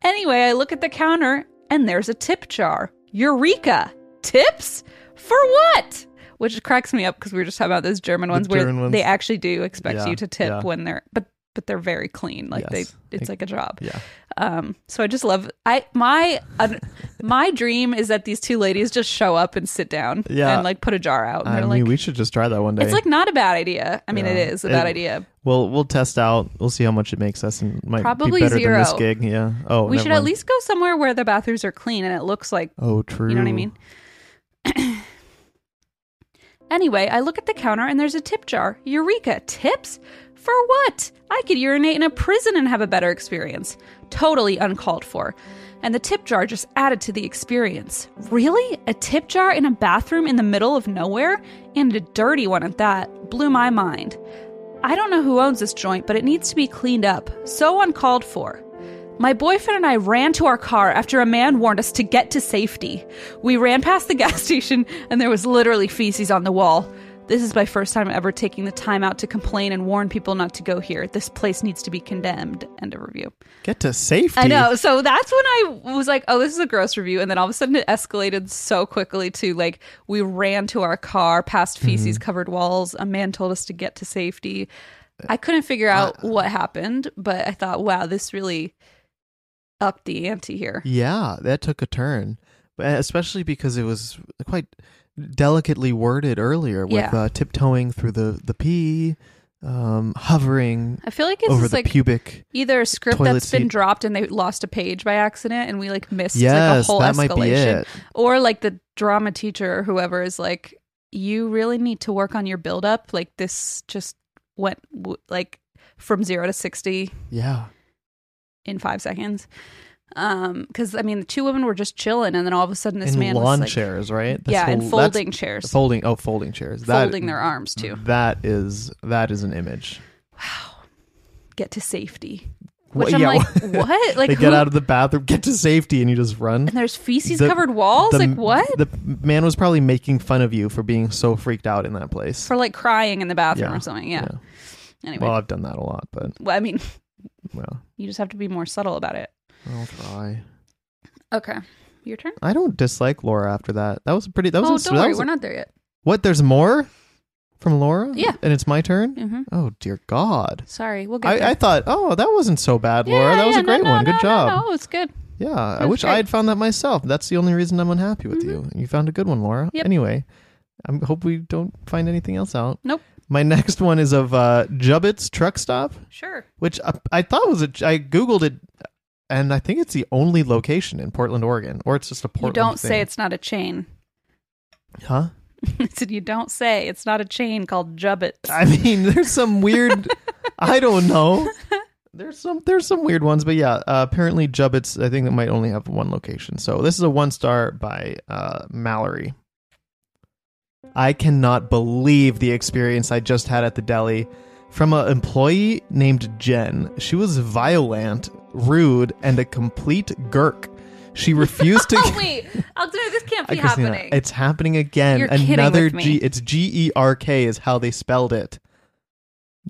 S1: Anyway, I look at the counter and there's a tip jar. Eureka! Tips? For what? Which cracks me up because we were just talking about those German ones where
S2: German ones.
S1: they actually do expect
S2: Yeah,
S1: you to tip
S2: yeah.
S1: when they're but but they're very clean. Like
S2: Yes.
S1: they it's like a job.
S2: Yeah.
S1: Um so I just love I my uh, my dream is that these two ladies just show up and sit down
S2: Yeah.
S1: and like put a jar out and
S2: I
S1: they're
S2: mean,
S1: like
S2: we should just try that one day.
S1: it's like not a bad idea. I mean
S2: Yeah.
S1: it is a
S2: It-
S1: bad idea.
S2: We'll we'll test out. We'll see how much it makes us, and might
S1: Probably
S2: be better than this
S1: zero.
S2: gig. Yeah. Oh,
S1: We
S2: never
S1: should at
S2: mind.
S1: least go somewhere where the bathrooms are clean and it looks like
S2: Oh, true.
S1: You know what I mean? anyway, I look at the counter and there's a tip jar. Eureka! Tips? For what? I could urinate in a prison and have a better experience. Totally uncalled for. And the tip jar just added to the experience. Really? A tip jar in a bathroom in the middle of nowhere? And a dirty one at that. Blew my mind. I don't know who owns this joint, but it needs to be cleaned up. So uncalled for. My boyfriend and I ran to our car after a man warned us to get to safety. We ran past the gas station and there was literally feces on the wall. This is my first time ever taking the time out to complain and warn people not to go here. This place needs to be condemned. End of review.
S2: Get to safety.
S1: I know. So that's when I was like, oh, this is a gross review. And then all of a sudden it escalated so quickly to like, we ran to our car
S2: Mm-hmm.
S1: past feces covered walls. A man told us to get to safety.
S2: Uh,
S1: I couldn't figure out what happened, but I thought, wow, this really upped the ante here.
S2: Yeah, that took a turn, But especially because it was quite delicately worded earlier with
S1: Yeah.
S2: uh, tiptoeing through the the pee, um, hovering
S1: I feel like it's
S2: over
S1: just
S2: the
S1: like
S2: pubic.
S1: either a script
S2: toilet
S1: that's been
S2: seat.
S1: dropped and they lost a page by accident and we like missed like a
S2: Yes,
S1: whole
S2: that might be
S1: escalation.
S2: it.
S1: Or like the drama teacher or whoever is like, you really need to work on your build up. Like this just went w- like from zero to 60
S2: Yeah,
S1: in five seconds. Um, cause I mean, the two women were just chilling and then all of a sudden this
S2: and
S1: man was
S2: lawn
S1: like,
S2: chairs, right? This
S1: yeah, and
S2: whole- that's-
S1: folding chairs,
S2: Folding. Oh, folding chairs.
S1: folding their arms too.
S2: That is that is an image.
S1: Get to safety.
S2: Wha-
S1: Which I'm
S2: yeah,
S1: like, what? Like
S2: they get
S1: who-
S2: out of the bathroom, get to safety, and you just run.
S1: and there's feces
S2: The-
S1: covered walls.
S2: the-
S1: like what?
S2: The man was probably making fun of you for being so freaked out in that place.
S1: for like crying in the bathroom
S2: Yeah,
S1: or something. Yeah. Anyway,
S2: Well,
S1: well,
S2: I've done that a lot, but
S1: I mean,
S2: well,
S1: you just have to be more subtle about it.
S2: I'll try.
S1: Okay, your turn.
S2: I don't dislike Laura after that. That was a pretty. That was.
S1: Oh,
S2: a-
S1: don't
S2: that
S1: worry,
S2: was a-
S1: we're not there yet.
S2: What? There's more from Laura.
S1: Yeah.
S2: and it's my turn.
S1: hmm
S2: Oh dear God.
S1: Sorry, we'll get there.
S2: I, I thought, oh, that wasn't so bad, Laura. That was
S1: yeah,
S2: a great
S1: no, no,
S2: one.
S1: No,
S2: Good
S1: no,
S2: job.
S1: No, it's good.
S2: Yeah, I
S1: That's
S2: wish
S1: great. Mm-hmm.
S2: I had found that myself. That's the only reason I'm unhappy with you. You found a good one, Laura.
S1: Yep.
S2: Anyway, I hope we don't find anything else out.
S1: Nope.
S2: My next one is of uh, Jubbits Truck Stop,
S1: Sure.
S2: which I, I thought was a. I googled it, and I think it's the only location in Portland, Oregon, or it's just a Portland.
S1: you don't
S2: thing.
S1: say it's not a chain.
S2: huh?
S1: I said you don't say it's not a chain called Jubbit.
S2: I mean, there's some weird. I don't know. There's some there's some weird ones, but yeah. Uh, apparently, Jubbits I think it might only have one location. So this is a one star by uh, Mallory. I cannot believe the experience I just had at the deli from an employee named Jen. She was violent, rude, and a complete gurk. She refused to.
S1: oh wait, Alexander, this can't be
S2: Christina,
S1: happening.
S2: It's happening again.
S1: You're kidding
S2: Another
S1: with me.
S2: G. It's G E R K is how they spelled it.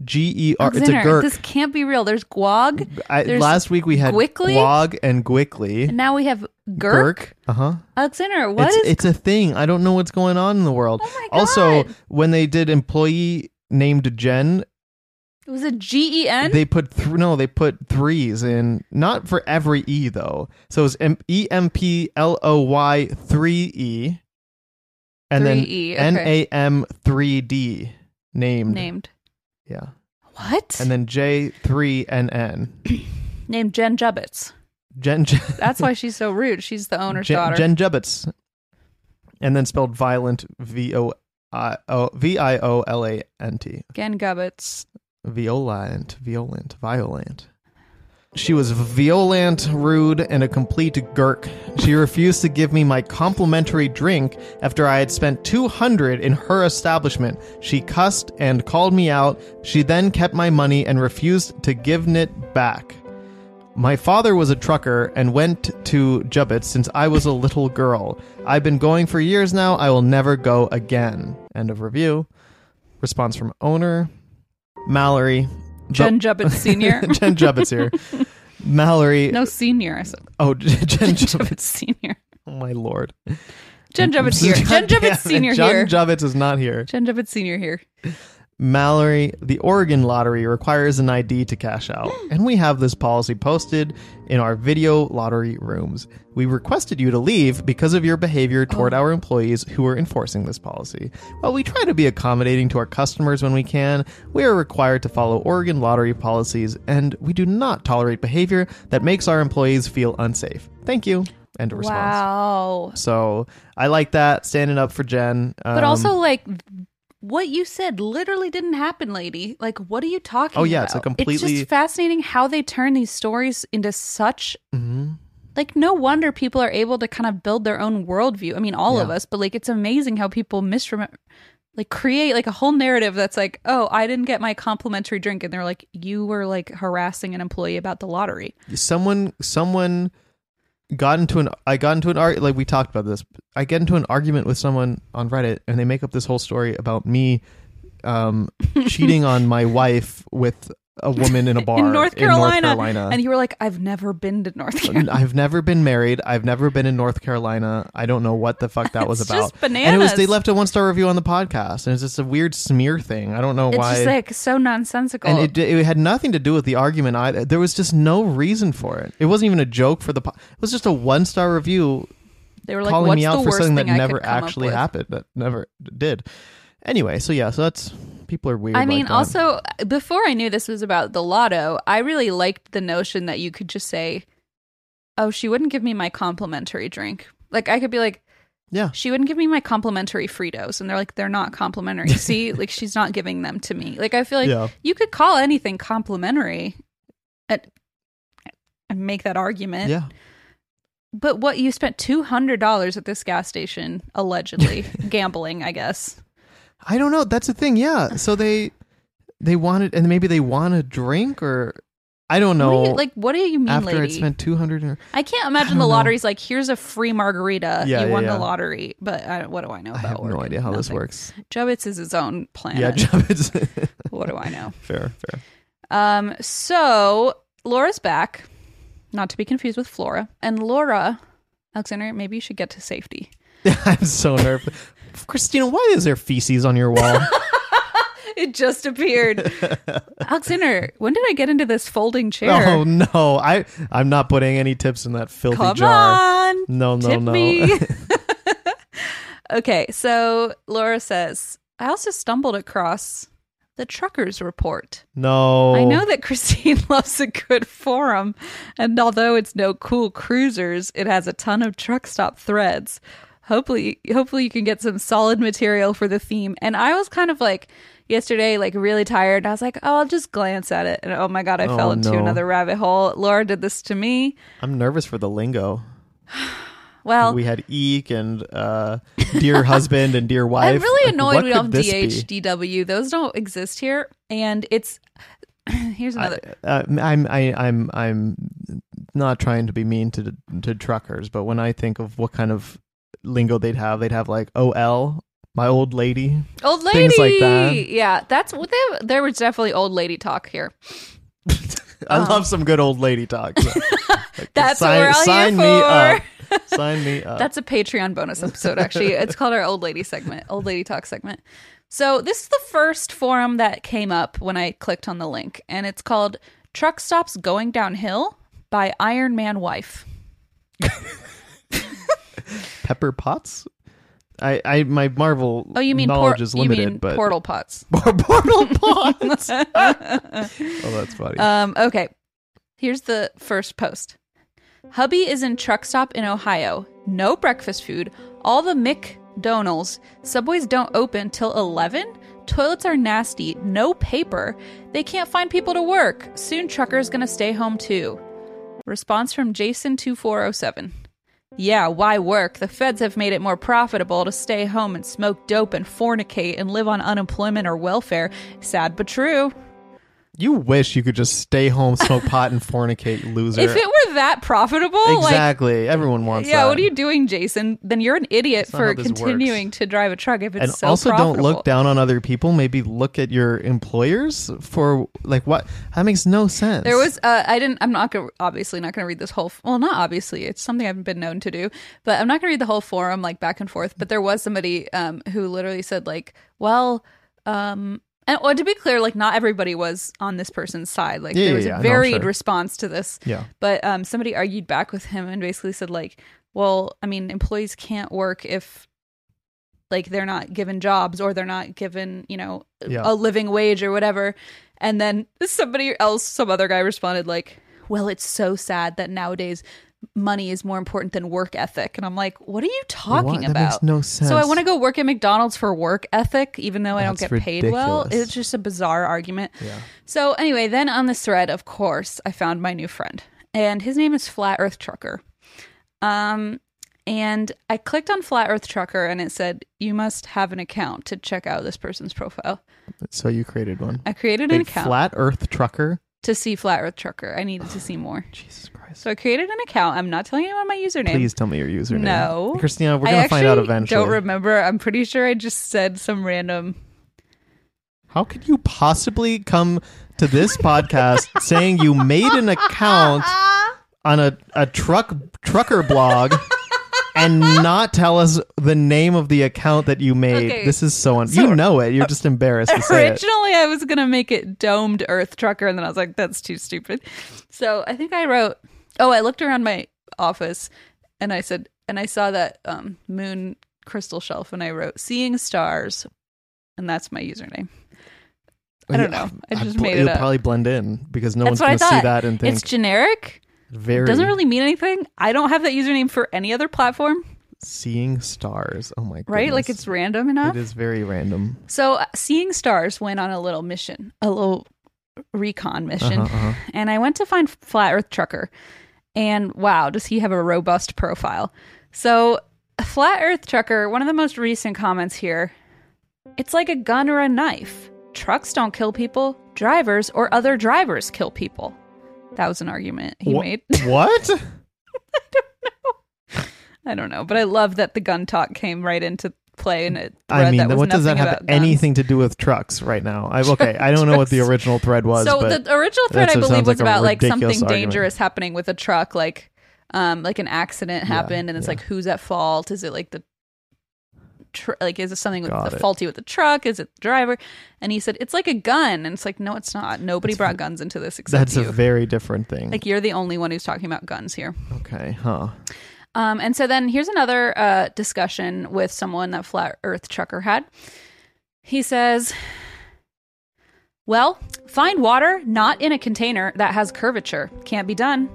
S2: G E R. It's a
S1: Alexander,
S2: gurk.
S1: This can't be real. There's Gwog,
S2: I,
S1: there's
S2: last week we had
S1: Gwickly?
S2: Glog and Gwickly.
S1: and now we have Gurk.
S2: Gurk. Uh huh.
S1: Alexander, what
S2: It's,
S1: is?
S2: it's a thing. I don't know what's going on in the world.
S1: Oh my
S2: Also,
S1: God.
S2: when they did employee named Jen,
S1: it was a G E N.
S2: they put th- no, they put threes in. Not for every e though. So it's M- E M P L O Y three e, and then
S1: 3E, E, okay.
S2: N A M three d named.
S1: named
S2: Yeah,
S1: what?
S2: and then J three N N.
S1: named Jen Jubbits.
S2: Jen Jen
S1: That's why she's so rude. She's the owner's
S2: Jen,
S1: daughter.
S2: Jen Jubbits, and then spelled violent V O I O V I O L A N T.
S1: Gen Gubbits.
S2: Violent, violent, violent. She was violent, rude, and a complete gurk. She refused to give me my complimentary drink after I had spent 200 in her establishment. She cussed and called me out. She then kept my money and refused to give it back. My father was a trucker and went to Jubbits since I was a little girl. I've been going for years now. I will never go again. End of review. Response from owner. Mallory.
S1: Jen Jubbits Senior.
S2: Jen Jubbits here. Mallory.
S1: no, senior. I said
S2: Oh, Jen Jubbits.
S1: Jubbits Senior.
S2: Oh, my lord.
S1: Jen Jubbits here. Jen
S2: God damn it,
S1: Jubbits Senior
S2: Jen
S1: here.
S2: Jubbits is not here.
S1: Jen Jubbits Senior here.
S2: Mallory, the Oregon lottery requires an ID to cash out, and we have this policy posted in our video lottery rooms. We requested you to leave because of your behavior
S1: Oh.
S2: toward our employees who are enforcing this policy. While we try to be accommodating to our customers when we can, we are required to follow Oregon lottery policies, and we do not tolerate behavior that makes our employees feel unsafe. Thank you. End of response.
S1: Wow.
S2: So I like that standing up for Jen.
S1: But
S2: Um,
S1: also, like, what you said literally didn't happen, lady. Like, what are you talking
S2: Oh, yeah, it's a
S1: about? It's
S2: completely-
S1: just fascinating how they turn these stories into such.
S2: hmm
S1: Like, no wonder people are able to kind of build their own worldview. I mean, all of
S2: Yeah.
S1: us, but like, it's amazing how people misremember, like, create like a whole narrative that's like, oh, I didn't get my complimentary drink. And they're like, you were like harassing an employee about the lottery.
S2: someone someone got into an I got into an argument like we talked about this. I get into an argument with someone on Reddit and they make up this whole story about me um cheating on my wife with a woman in a bar
S1: in North Carolina.
S2: Carolina.
S1: And you were like, I've never been to North Carolina.
S2: I've never been married. I've never been in North Carolina. I don't know what the fuck that was
S1: It's
S2: about.
S1: just
S2: And it was they
S1: bananas.
S2: left a one star review on the podcast, and it's just a weird smear thing. I don't know
S1: It's
S2: why.
S1: just like so nonsensical.
S2: and it, it had nothing to do with the argument. I there was just no reason for it. It wasn't even a joke for the. Po- it was just a one star review
S1: they were like,
S2: calling
S1: what's
S2: me
S1: the
S2: out for
S1: worst
S2: something that
S1: thing I could
S2: never
S1: come up
S2: actually
S1: with?
S2: happened. That never did. Anyway, so yeah, so that's people are weird.
S1: I
S2: like uh,
S1: mean,
S2: that.
S1: also, before I knew this was about the lotto, I really liked the notion that you could just say, oh, she wouldn't give me my complimentary drink. Like, I could be like,
S2: yeah,
S1: she wouldn't give me my complimentary Fritos. And they're like, they're not complimentary. See, like, she's not giving them to me. Like, I feel like
S2: Yeah.
S1: you could call anything complimentary and, and make that argument.
S2: yeah.
S1: But what you spent two hundred dollars at this gas station allegedly gambling, I guess.
S2: I don't know. That's the thing. Yeah. So they they wanted, and maybe they want a drink, or I don't know.
S1: What do you, like, what do you mean,
S2: after
S1: lady?
S2: it spent two hundred. or
S1: I can't imagine the
S2: don't know.
S1: lottery's like here's a free margarita.
S2: Yeah,
S1: you
S2: yeah,
S1: won
S2: yeah.
S1: the lottery, but I, don't- what do I know?
S2: I
S1: About
S2: have no
S1: Oregon?
S2: idea how this
S1: Nothing.
S2: works.
S1: Jubbits is his own
S2: Yeah,
S1: planet.
S2: Jubbins.
S1: what do I know?
S2: fair, fair.
S1: Um, so Laura's back, not to be confused with Flora, and Laura, Alexander, maybe you should get to safety.
S2: I'm so nervous. Christina, why is there feces on your wall?
S1: It just appeared. Alexander, when did I get into this folding chair?
S2: oh no, I I'm not putting any tips in that filthy
S1: Come
S2: jar.
S1: on.
S2: No, no,
S1: Tip
S2: no.
S1: me. okay, so Laura says, I also stumbled across the trucker's report.
S2: No,
S1: I know that Christine loves a good forum, and although it's no cool cruisers, it has a ton of truck stop threads. Hopefully, hopefully you can get some solid material for the theme. And I was kind of like yesterday, like really tired. And I was like, oh, I'll just glance at it. And oh my god, I
S2: Oh,
S1: fell into
S2: no.
S1: another rabbit hole. Laura did this to me.
S2: I'm nervous for the lingo.
S1: Well,
S2: we had eek and uh, dear husband and dear wife.
S1: I'm really
S2: Like,
S1: annoyed
S2: what
S1: we
S2: could
S1: don't have
S2: this
S1: DH,
S2: be?
S1: DW. Those don't exist here. And it's here's another.
S2: Uh, I'm I, I'm I'm not trying to be mean to to truckers, but when I think of what kind of lingo they'd have, they'd have like OL, my old lady.
S1: old lady.
S2: things like that.
S1: Yeah, that's what they, there was definitely old lady talk here.
S2: Uh. I love some good old lady talk. so. Like,
S1: Um, That's what we're all here
S2: me up. Sign me up.
S1: That's a Patreon bonus episode, actually. it's called our old lady segment, old lady talk segment. So this is the first forum that came up when I clicked on the link, and it's called "Truck Stops Going Downhill" by Iron Man Wife.
S2: Pepper Potts. I, I my Marvel
S1: Oh, you mean
S2: knowledge
S1: por-
S2: is limited,
S1: you mean
S2: but
S1: portal pots?
S2: portal Potts. oh, that's funny.
S1: Um, okay. Here's the first post. Hubby is in truck stop in Ohio. No breakfast food. All the McDonald's. Subways don't open till 11. Toilets are nasty. No paper. They can't find people to work. Soon trucker's gonna stay home too. Response from Jason2407. Yeah, why work? The feds have made it more profitable to stay home and smoke dope and fornicate and live on unemployment or welfare. Sad but true.
S2: you wish you could just stay home, smoke pot, and fornicate, loser.
S1: If it were that profitable,
S2: exactly, everyone
S1: like,
S2: wants.
S1: yeah,
S2: that.
S1: what are you doing, Jason? Then you're an idiot
S2: That's not how
S1: for
S2: this
S1: continuing
S2: works.
S1: to drive a truck if it's
S2: and
S1: so
S2: also don't
S1: profitable.
S2: look down on other people maybe look at your employers for like what that makes no sense
S1: There was, uh, I didn't, I'm not gonna, obviously not gonna read this whole, f- well, not obviously, it's something I've been known to do, but I'm not gonna read the whole forum like back and forth. But there was somebody um, who literally said, like, well, um, and well, to be clear, like, not everybody was on this person's side. Like,
S2: Yeah, yeah,
S1: there was
S2: yeah, no,
S1: a
S2: I'm
S1: varied
S2: sure.
S1: response to this.
S2: Yeah.
S1: But um, somebody argued back with him and basically said, like, well, I mean, employees can't work if like they're not given jobs or they're not given you know
S2: Yeah.
S1: a living wage or whatever and then somebody else some other guy responded like well it's so sad that nowadays money is more important than work ethic. And I'm like, what are you talking
S2: What? That
S1: about?
S2: makes no sense.
S1: So I want to go work at McDonald's for work ethic, even though I don't
S2: That's
S1: get paid well.
S2: ridiculous.
S1: It's just a bizarre argument.
S2: Yeah.
S1: So anyway, then on this thread, of course, I found my new friend, and his name is Flat Earth Trucker. Um, and I clicked on Flat Earth Trucker, and it said you must have an account to check out this person's profile.
S2: So you created one.
S1: I created an
S2: Wait,
S1: account
S2: flat Earth trucker.
S1: to see Flat Earth Trucker. I needed to see more,
S2: Jesus Christ!
S1: so I created an account. I'm not telling anyone my username.
S2: Please tell me your username.
S1: No,
S2: Christina, we're
S1: I
S2: gonna find out
S1: actually
S2: eventually.
S1: Don't remember. I'm pretty sure I just said some random
S2: How could you possibly come to this podcast saying you made an account on a, a truck trucker blog and not tell us the name of the account that you made?
S1: Okay.
S2: This is so un-
S1: So-
S2: you know it. You're just embarrassed to say it.
S1: Originally, I was going to make it domed Earth Trucker, and then I was like, that's too stupid. So I think I wrote, oh, I looked around my office and I said, and I saw that um, moon crystal shelf, and I wrote, seeing stars. And that's my username. I don't know. I just
S2: bl-
S1: made it
S2: It'll
S1: up.
S2: probably blend in because no
S1: that's what I
S2: one's going to
S1: thought.
S2: see that and think
S1: it's generic.
S2: very
S1: Doesn't really mean anything. I don't have that username for any other platform,
S2: seeing stars. Oh my god!
S1: right? Like it's random enough.
S2: it is very random.
S1: So, uh, Seeing Stars went on a little mission, a little recon mission.
S2: Uh-huh, uh-huh.
S1: And I went to find Flat Earth Trucker. And wow, does he have a robust profile? So, Flat Earth Trucker, one of the most recent comments here it's like a gun or a knife. Trucks don't kill people, drivers or other drivers kill people. That was an argument he
S2: Wha-
S1: made.
S2: what?
S1: I don't know, but I love that the gun talk came right into play in it.
S2: I mean,
S1: that was
S2: what does that
S1: nothing
S2: have
S1: about guns.
S2: anything to do with trucks right now? I, okay, I don't know what the
S1: Trucks.
S2: original thread was.
S1: so
S2: but
S1: the original thread
S2: that's-
S1: i
S2: it
S1: believe
S2: sounds
S1: was
S2: like a
S1: about like something
S2: ridiculous argument.
S1: dangerous happening with a truck like um like an accident happened and it's
S2: yeah.
S1: like who's at fault is it like the tr- like is it something with
S2: Got
S1: the
S2: it.
S1: faulty with the truck is it the driver and he said it's like a gun and it's like no it's not nobody brought guns into this except
S2: That's
S1: you
S2: a very different thing.
S1: like you're the only one who's talking about guns here
S2: okay, huh?
S1: um, and so then here's another uh, discussion with someone that Flat Earth Trucker had. He says, Well, find water not in a container that has curvature. Can't be done.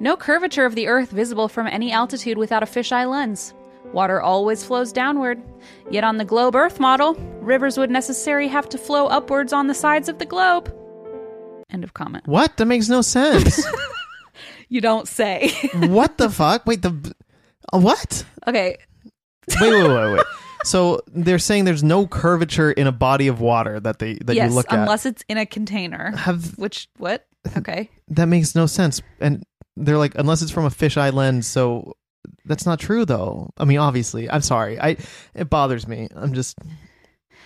S1: No curvature of the earth visible from any altitude without a fisheye lens. Water always flows downward. Yet on the globe Earth model, rivers would necessarily have to flow upwards on the sides of the globe. End of comment.
S2: What? That makes no sense.
S1: You don't say.
S2: what the fuck? Wait, the uh, what?
S1: okay.
S2: Wait, wait, wait, wait. So they're saying there's no curvature in a body of water that they that
S1: yes,
S2: you look at.
S1: unless it's in a container.
S2: Have
S1: Which what? Okay.
S2: that makes no sense. And they're like, unless it's from a fisheye lens. So that's not true, though. I mean, obviously. I'm sorry. I it bothers me. I'm just.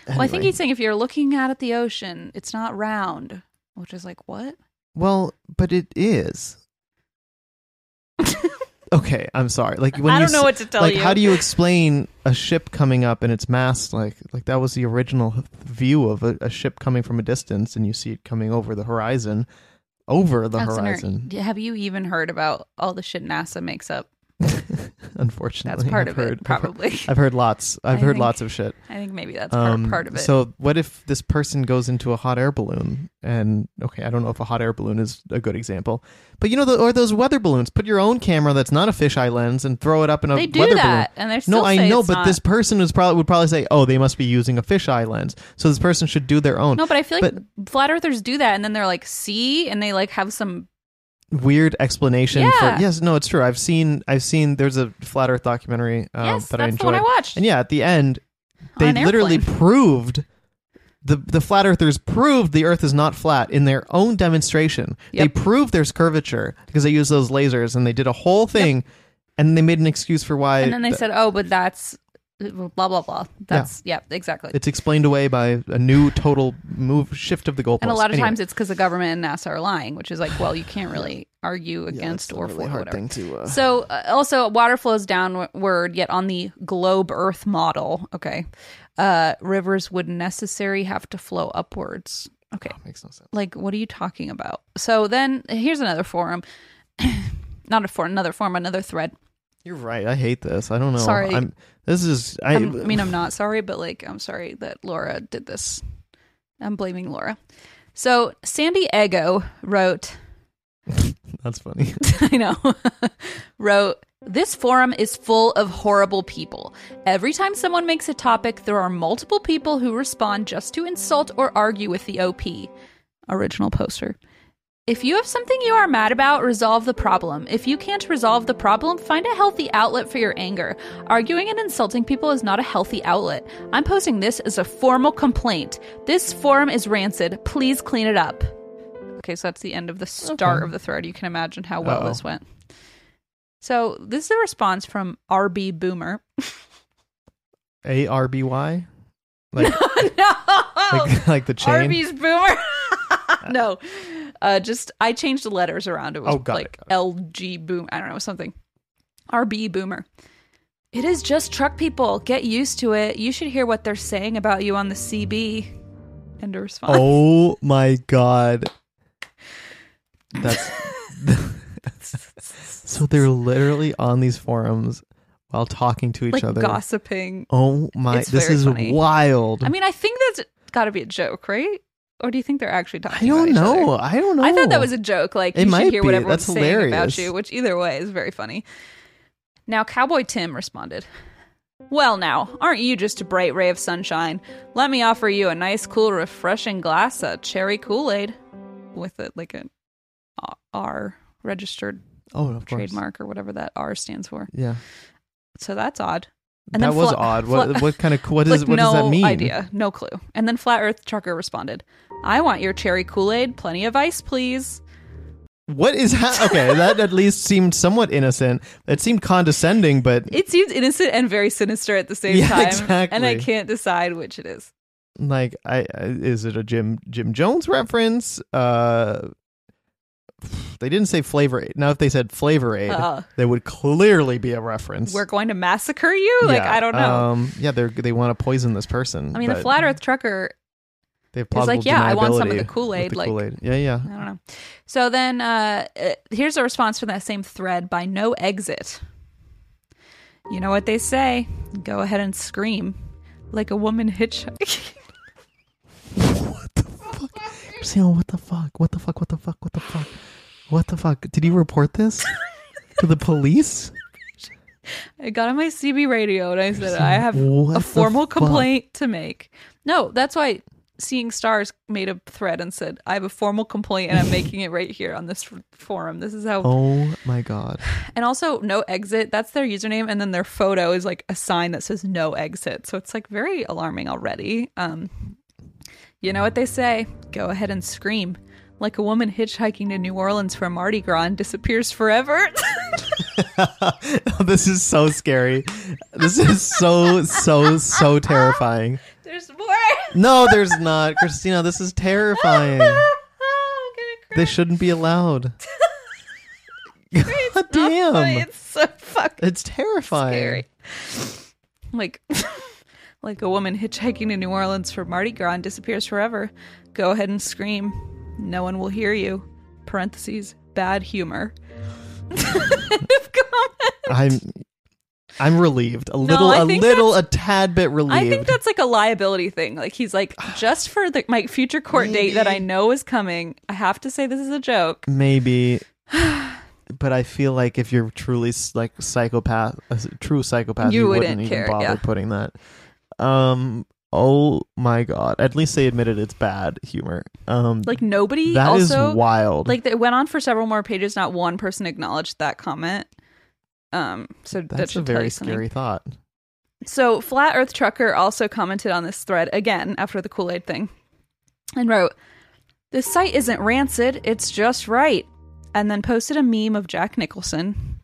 S1: Well, I think
S2: Anyway.
S1: he's saying if you're looking out at the ocean, it's not round, which is like what?
S2: Well, but it is. okay, I'm sorry. Like when
S1: I
S2: you
S1: don't know
S2: s-
S1: what to tell
S2: like,
S1: you.
S2: How do you explain a ship coming up and its mast? Like, like that was the original view of a, a ship coming from a distance, and you see it coming over the horizon, over the
S1: That's an er-
S2: horizon.
S1: Yeah, have you even heard about all the shit NASA makes up?
S2: Unfortunately,
S1: That's part
S2: I've
S1: of it,
S2: heard- I've heard-
S1: probably.
S2: I've heard lots. I've
S1: I
S2: heard
S1: think
S2: lots of shit.
S1: I think maybe that's part,
S2: Um,
S1: part of it.
S2: So, what if this person goes into a hot air balloon? And okay, I don't know if a hot air balloon is a good example, but you know, the, or those weather balloons. Put your own camera that's not a fisheye lens and throw it up in a
S1: They do
S2: weather
S1: that,
S2: balloon.
S1: and they still
S2: no, I
S1: say
S2: know,
S1: it's
S2: but
S1: not-
S2: this person is probably would probably say, "Oh, they must be using a fisheye lens." So this person should do their own.
S1: no, but I feel like flat earthers do that, and then they're like, "See," and they like have some.
S2: weird explanation
S1: Yeah.
S2: for yes no it's true i've seen i've seen there's a flat earth documentary um,
S1: Yes,
S2: that i
S1: that's the
S2: enjoyed
S1: one I watched.
S2: and yeah at the end they
S1: On an
S2: literally
S1: airplane.
S2: proved the the flat earthers proved the earth is not flat in their own demonstration
S1: Yep.
S2: they proved there's curvature because they used those lasers and they did a whole thing and they made an excuse for why
S1: And then they
S2: th-
S1: said, "Oh, but that's blah blah blah." That's yeah, exactly.
S2: it's explained away by a new total move shift of the goalpost
S1: and a lot of
S2: Anyway,
S1: times it's because the government and NASA are lying, which is like, well, you can't really argue
S2: yeah,
S1: against
S2: it's a
S1: or
S2: really
S1: for
S2: hard
S1: whatever.
S2: thing to uh,
S1: So, uh, also, water flows downward, yet on the globe Earth model, okay, uh, rivers would necessarily have to flow upwards. Okay.
S2: Oh, makes no sense
S1: Like, what are you talking about? So, then here's another forum. Not a forum, another forum, another thread.
S2: you're right i hate this i don't know
S1: Sorry.
S2: i'm this is
S1: I,
S2: i
S1: am Um, I mean, I'm not sorry, but like, I'm sorry that Laura did this. I'm blaming Laura. So, Sandy Ego wrote,
S2: that's funny
S1: I know, wrote, This forum is full of horrible people. Every time someone makes a topic, there are multiple people who respond just to insult or argue with the OP. Original poster. If you have something you are mad about, resolve the problem. If you can't resolve the problem, find a healthy outlet for your anger. Arguing and insulting people is not a healthy outlet. I'm posting this as a formal complaint. This forum is rancid. Please clean it up. Okay, so that's the end of the start
S2: Okay.
S1: of the thread. You can imagine how well
S2: Uh-oh.
S1: this went. So, this is a response from RB Boomer.
S2: A R B Y, like
S1: no!
S2: like, like the chain.
S1: Arby's Boomer. no, uh, just I changed the letters around. It was
S2: Oh, got it,
S1: like
S2: got
S1: LG Boom. I don't know something. RB Boomer. It is just truck people. Get used to it. You should hear what they're saying about you on the CB. End of response.
S2: Oh my god, that's so they're literally on these forums while talking to each
S1: like
S2: other.
S1: gossiping.
S2: Oh my,
S1: It's
S2: this
S1: very
S2: is
S1: funny.
S2: wild.
S1: I mean, I think that's got to be a joke, right? Or do you think they're actually
S2: I
S1: talking?
S2: don't
S1: about each other?
S2: know. I don't know.
S1: I thought that was a joke. Like
S2: It
S1: you
S2: might
S1: should hear
S2: be.
S1: what everyone's
S2: That's
S1: saying
S2: hilarious.
S1: about you, which either way is very funny. Now, Cowboy Tim responded, "Well, now aren't you just a bright ray of sunshine? Let me offer you a nice, cool, refreshing glass of cherry Kool Aid with a, like an R registered
S2: oh, of course.
S1: trademark or whatever that R stands for.
S2: Yeah,
S1: So that's odd.
S2: that
S1: then
S2: was
S1: Fla-
S2: odd. What
S1: Fla-
S2: what kind of what is
S1: like,
S2: what
S1: no
S2: does that mean?
S1: idea, no clue. And then Flat Earth Trucker responded, "I want your cherry Kool Aid, plenty of ice, please."
S2: What is ha- okay? That at least seemed somewhat innocent. It seemed condescending, but
S1: It seems innocent and very sinister at the same
S2: Yeah,
S1: time, and I
S2: exactly.
S1: can't decide which it is.
S2: like, I, I is it a Jim Jim Jones reference? Uh, they didn't say flavor aid. Now, if they said flavor aid,
S1: Uh-uh.
S2: there would clearly be a reference.
S1: We're going to massacre you? Like
S2: Yeah,
S1: I don't know.
S2: Um, yeah, they they want to poison this person.
S1: I mean, the
S2: but
S1: flat Earth trucker.
S2: They have
S1: is like,
S2: plausible
S1: yeah, I want some of the
S2: deniability with
S1: Kool-Aid,
S2: the
S1: like-
S2: Kool-Aid. yeah, yeah.
S1: I don't know. So then, uh, uh, here's a response from that same thread by No Exit. You know what they say? Go ahead and scream, like a woman hitchhiking.
S2: Priscilla, what the fuck? What the fuck? What the fuck? What the fuck? What the fuck? Did you report this to the police?
S1: I got on my CB radio and I said, I have
S2: What
S1: a
S2: the
S1: formal
S2: fuck?
S1: complaint to make. No, that's why Seeing Stars made a thread and said, I have a formal complaint and I'm making it right here on this f- forum. This is how.
S2: Oh my god.
S1: And also, no exit. That's their username. And then their photo is like a sign that says no exit. So it's like very alarming already. Um, you know what they say go ahead and scream. Like a woman hitchhiking to New Orleans for Mardi Gras and disappears forever.
S2: Oh, this is so scary. This is so so so terrifying.
S1: There's more.
S2: No, there's not, Christina. This is terrifying.
S1: Oh, I'm gonna
S2: This shouldn't be allowed. God
S1: cry.
S2: damn,
S1: It's so fucking
S2: it's terrifying.
S1: scary. Like, like a woman hitchhiking to New Orleans for Mardi Gras and disappears forever. Go ahead and scream. No one will hear you. Parentheses. Bad humor. End of comment.
S2: I'm I'm relieved. A little,
S1: I
S2: a
S1: think
S2: little, a tad bit relieved.
S1: I think that's like a liability thing. Like he's like, just for the, my future court date that I know is coming, I have to say this is a joke.
S2: maybe but i feel like if you're truly s- like psychopath a s- true psychopath
S1: You
S2: you,
S1: wouldn't
S2: wouldn't, even
S1: care,
S2: bother
S1: yeah.
S2: putting that um oh my god at least they admitted it's bad humor um
S1: Like nobody
S2: that is
S1: also
S2: wild
S1: like it went on for several more pages not one person acknowledged that comment um so that
S2: that's a
S1: should tell
S2: very
S1: you something.
S2: scary thought
S1: so flat earth trucker also commented on this thread again after the kool-aid thing and wrote this site isn't rancid it's just right and then posted a meme of jack nicholson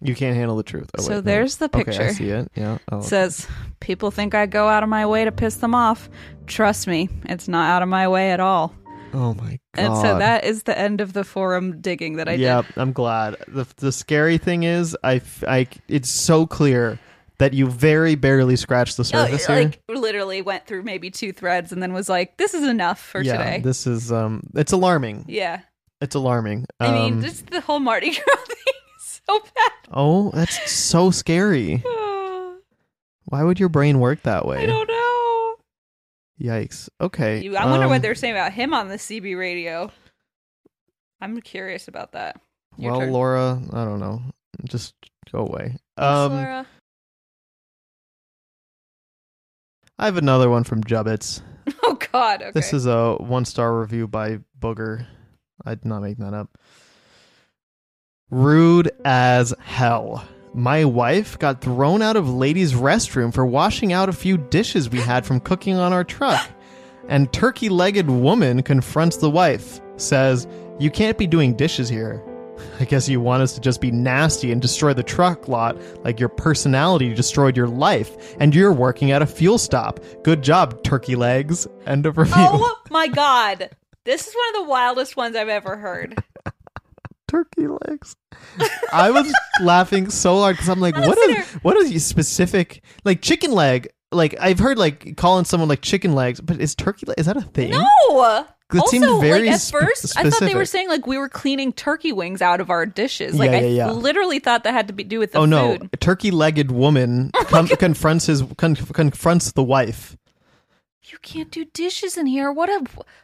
S2: you can't handle the truth oh,
S1: So
S2: wait, no.
S1: there's the
S2: okay, i
S1: picture.
S2: see it yeah oh
S1: says people think i go out of my way to piss them off trust me it's not out of my way at all
S2: oh my god
S1: and so that is the end of the forum digging that i did
S2: yeah i'm glad the, the scary thing is I, f- I c- it's so clear that you very barely scratched the
S1: Oh,
S2: surface here
S1: like literally went through maybe two threads and then was like, "This is enough for
S2: yeah,
S1: today."
S2: This is um it's alarming.
S1: yeah,
S2: It's alarming.
S1: I mean,
S2: Um,
S1: just the whole Mardi Gras thing is so bad.
S2: Oh, that's so scary. Why would your brain work that way?
S1: I don't know.
S2: Yikes. Okay.
S1: You, I wonder
S2: um,
S1: what they're saying about him on the CB radio. I'm curious about that. Your
S2: well,
S1: turn.
S2: Laura, I don't know. Just go away.
S1: Thanks,
S2: Um,
S1: Laura.
S2: I have another one from Jubbits.
S1: Oh God. Okay.
S2: This is a one star review by Booger. I did not make that up. Rude as hell. My wife got thrown out of ladies' restroom for washing out a few dishes we had from cooking on our truck. And turkey legged woman confronts the wife, says, You can't be doing dishes here. I guess you want us to just be nasty and destroy the truck lot like your personality destroyed your life and you're working at a fuel stop. Good job, turkey legs. End of review.
S1: oh my God. This is one of the wildest ones I've ever heard.
S2: turkey legs. I was laughing so hard because I'm like, what is what is you specific like chicken leg? Like I've heard like calling someone like chicken legs, but is turkey leg is that a thing?
S1: No.
S2: That
S1: Oh, uh, also,
S2: seemed very
S1: like at
S2: spe-
S1: first, I thought they were
S2: specific.
S1: saying like we were cleaning turkey wings out of our dishes. Like
S2: Yeah, yeah, yeah.
S1: I literally thought that had to be do with the
S2: oh no,
S1: food. Oh
S2: a turkey-legged woman com- confronts his con- confronts the wife.
S1: You can't do dishes in here. What a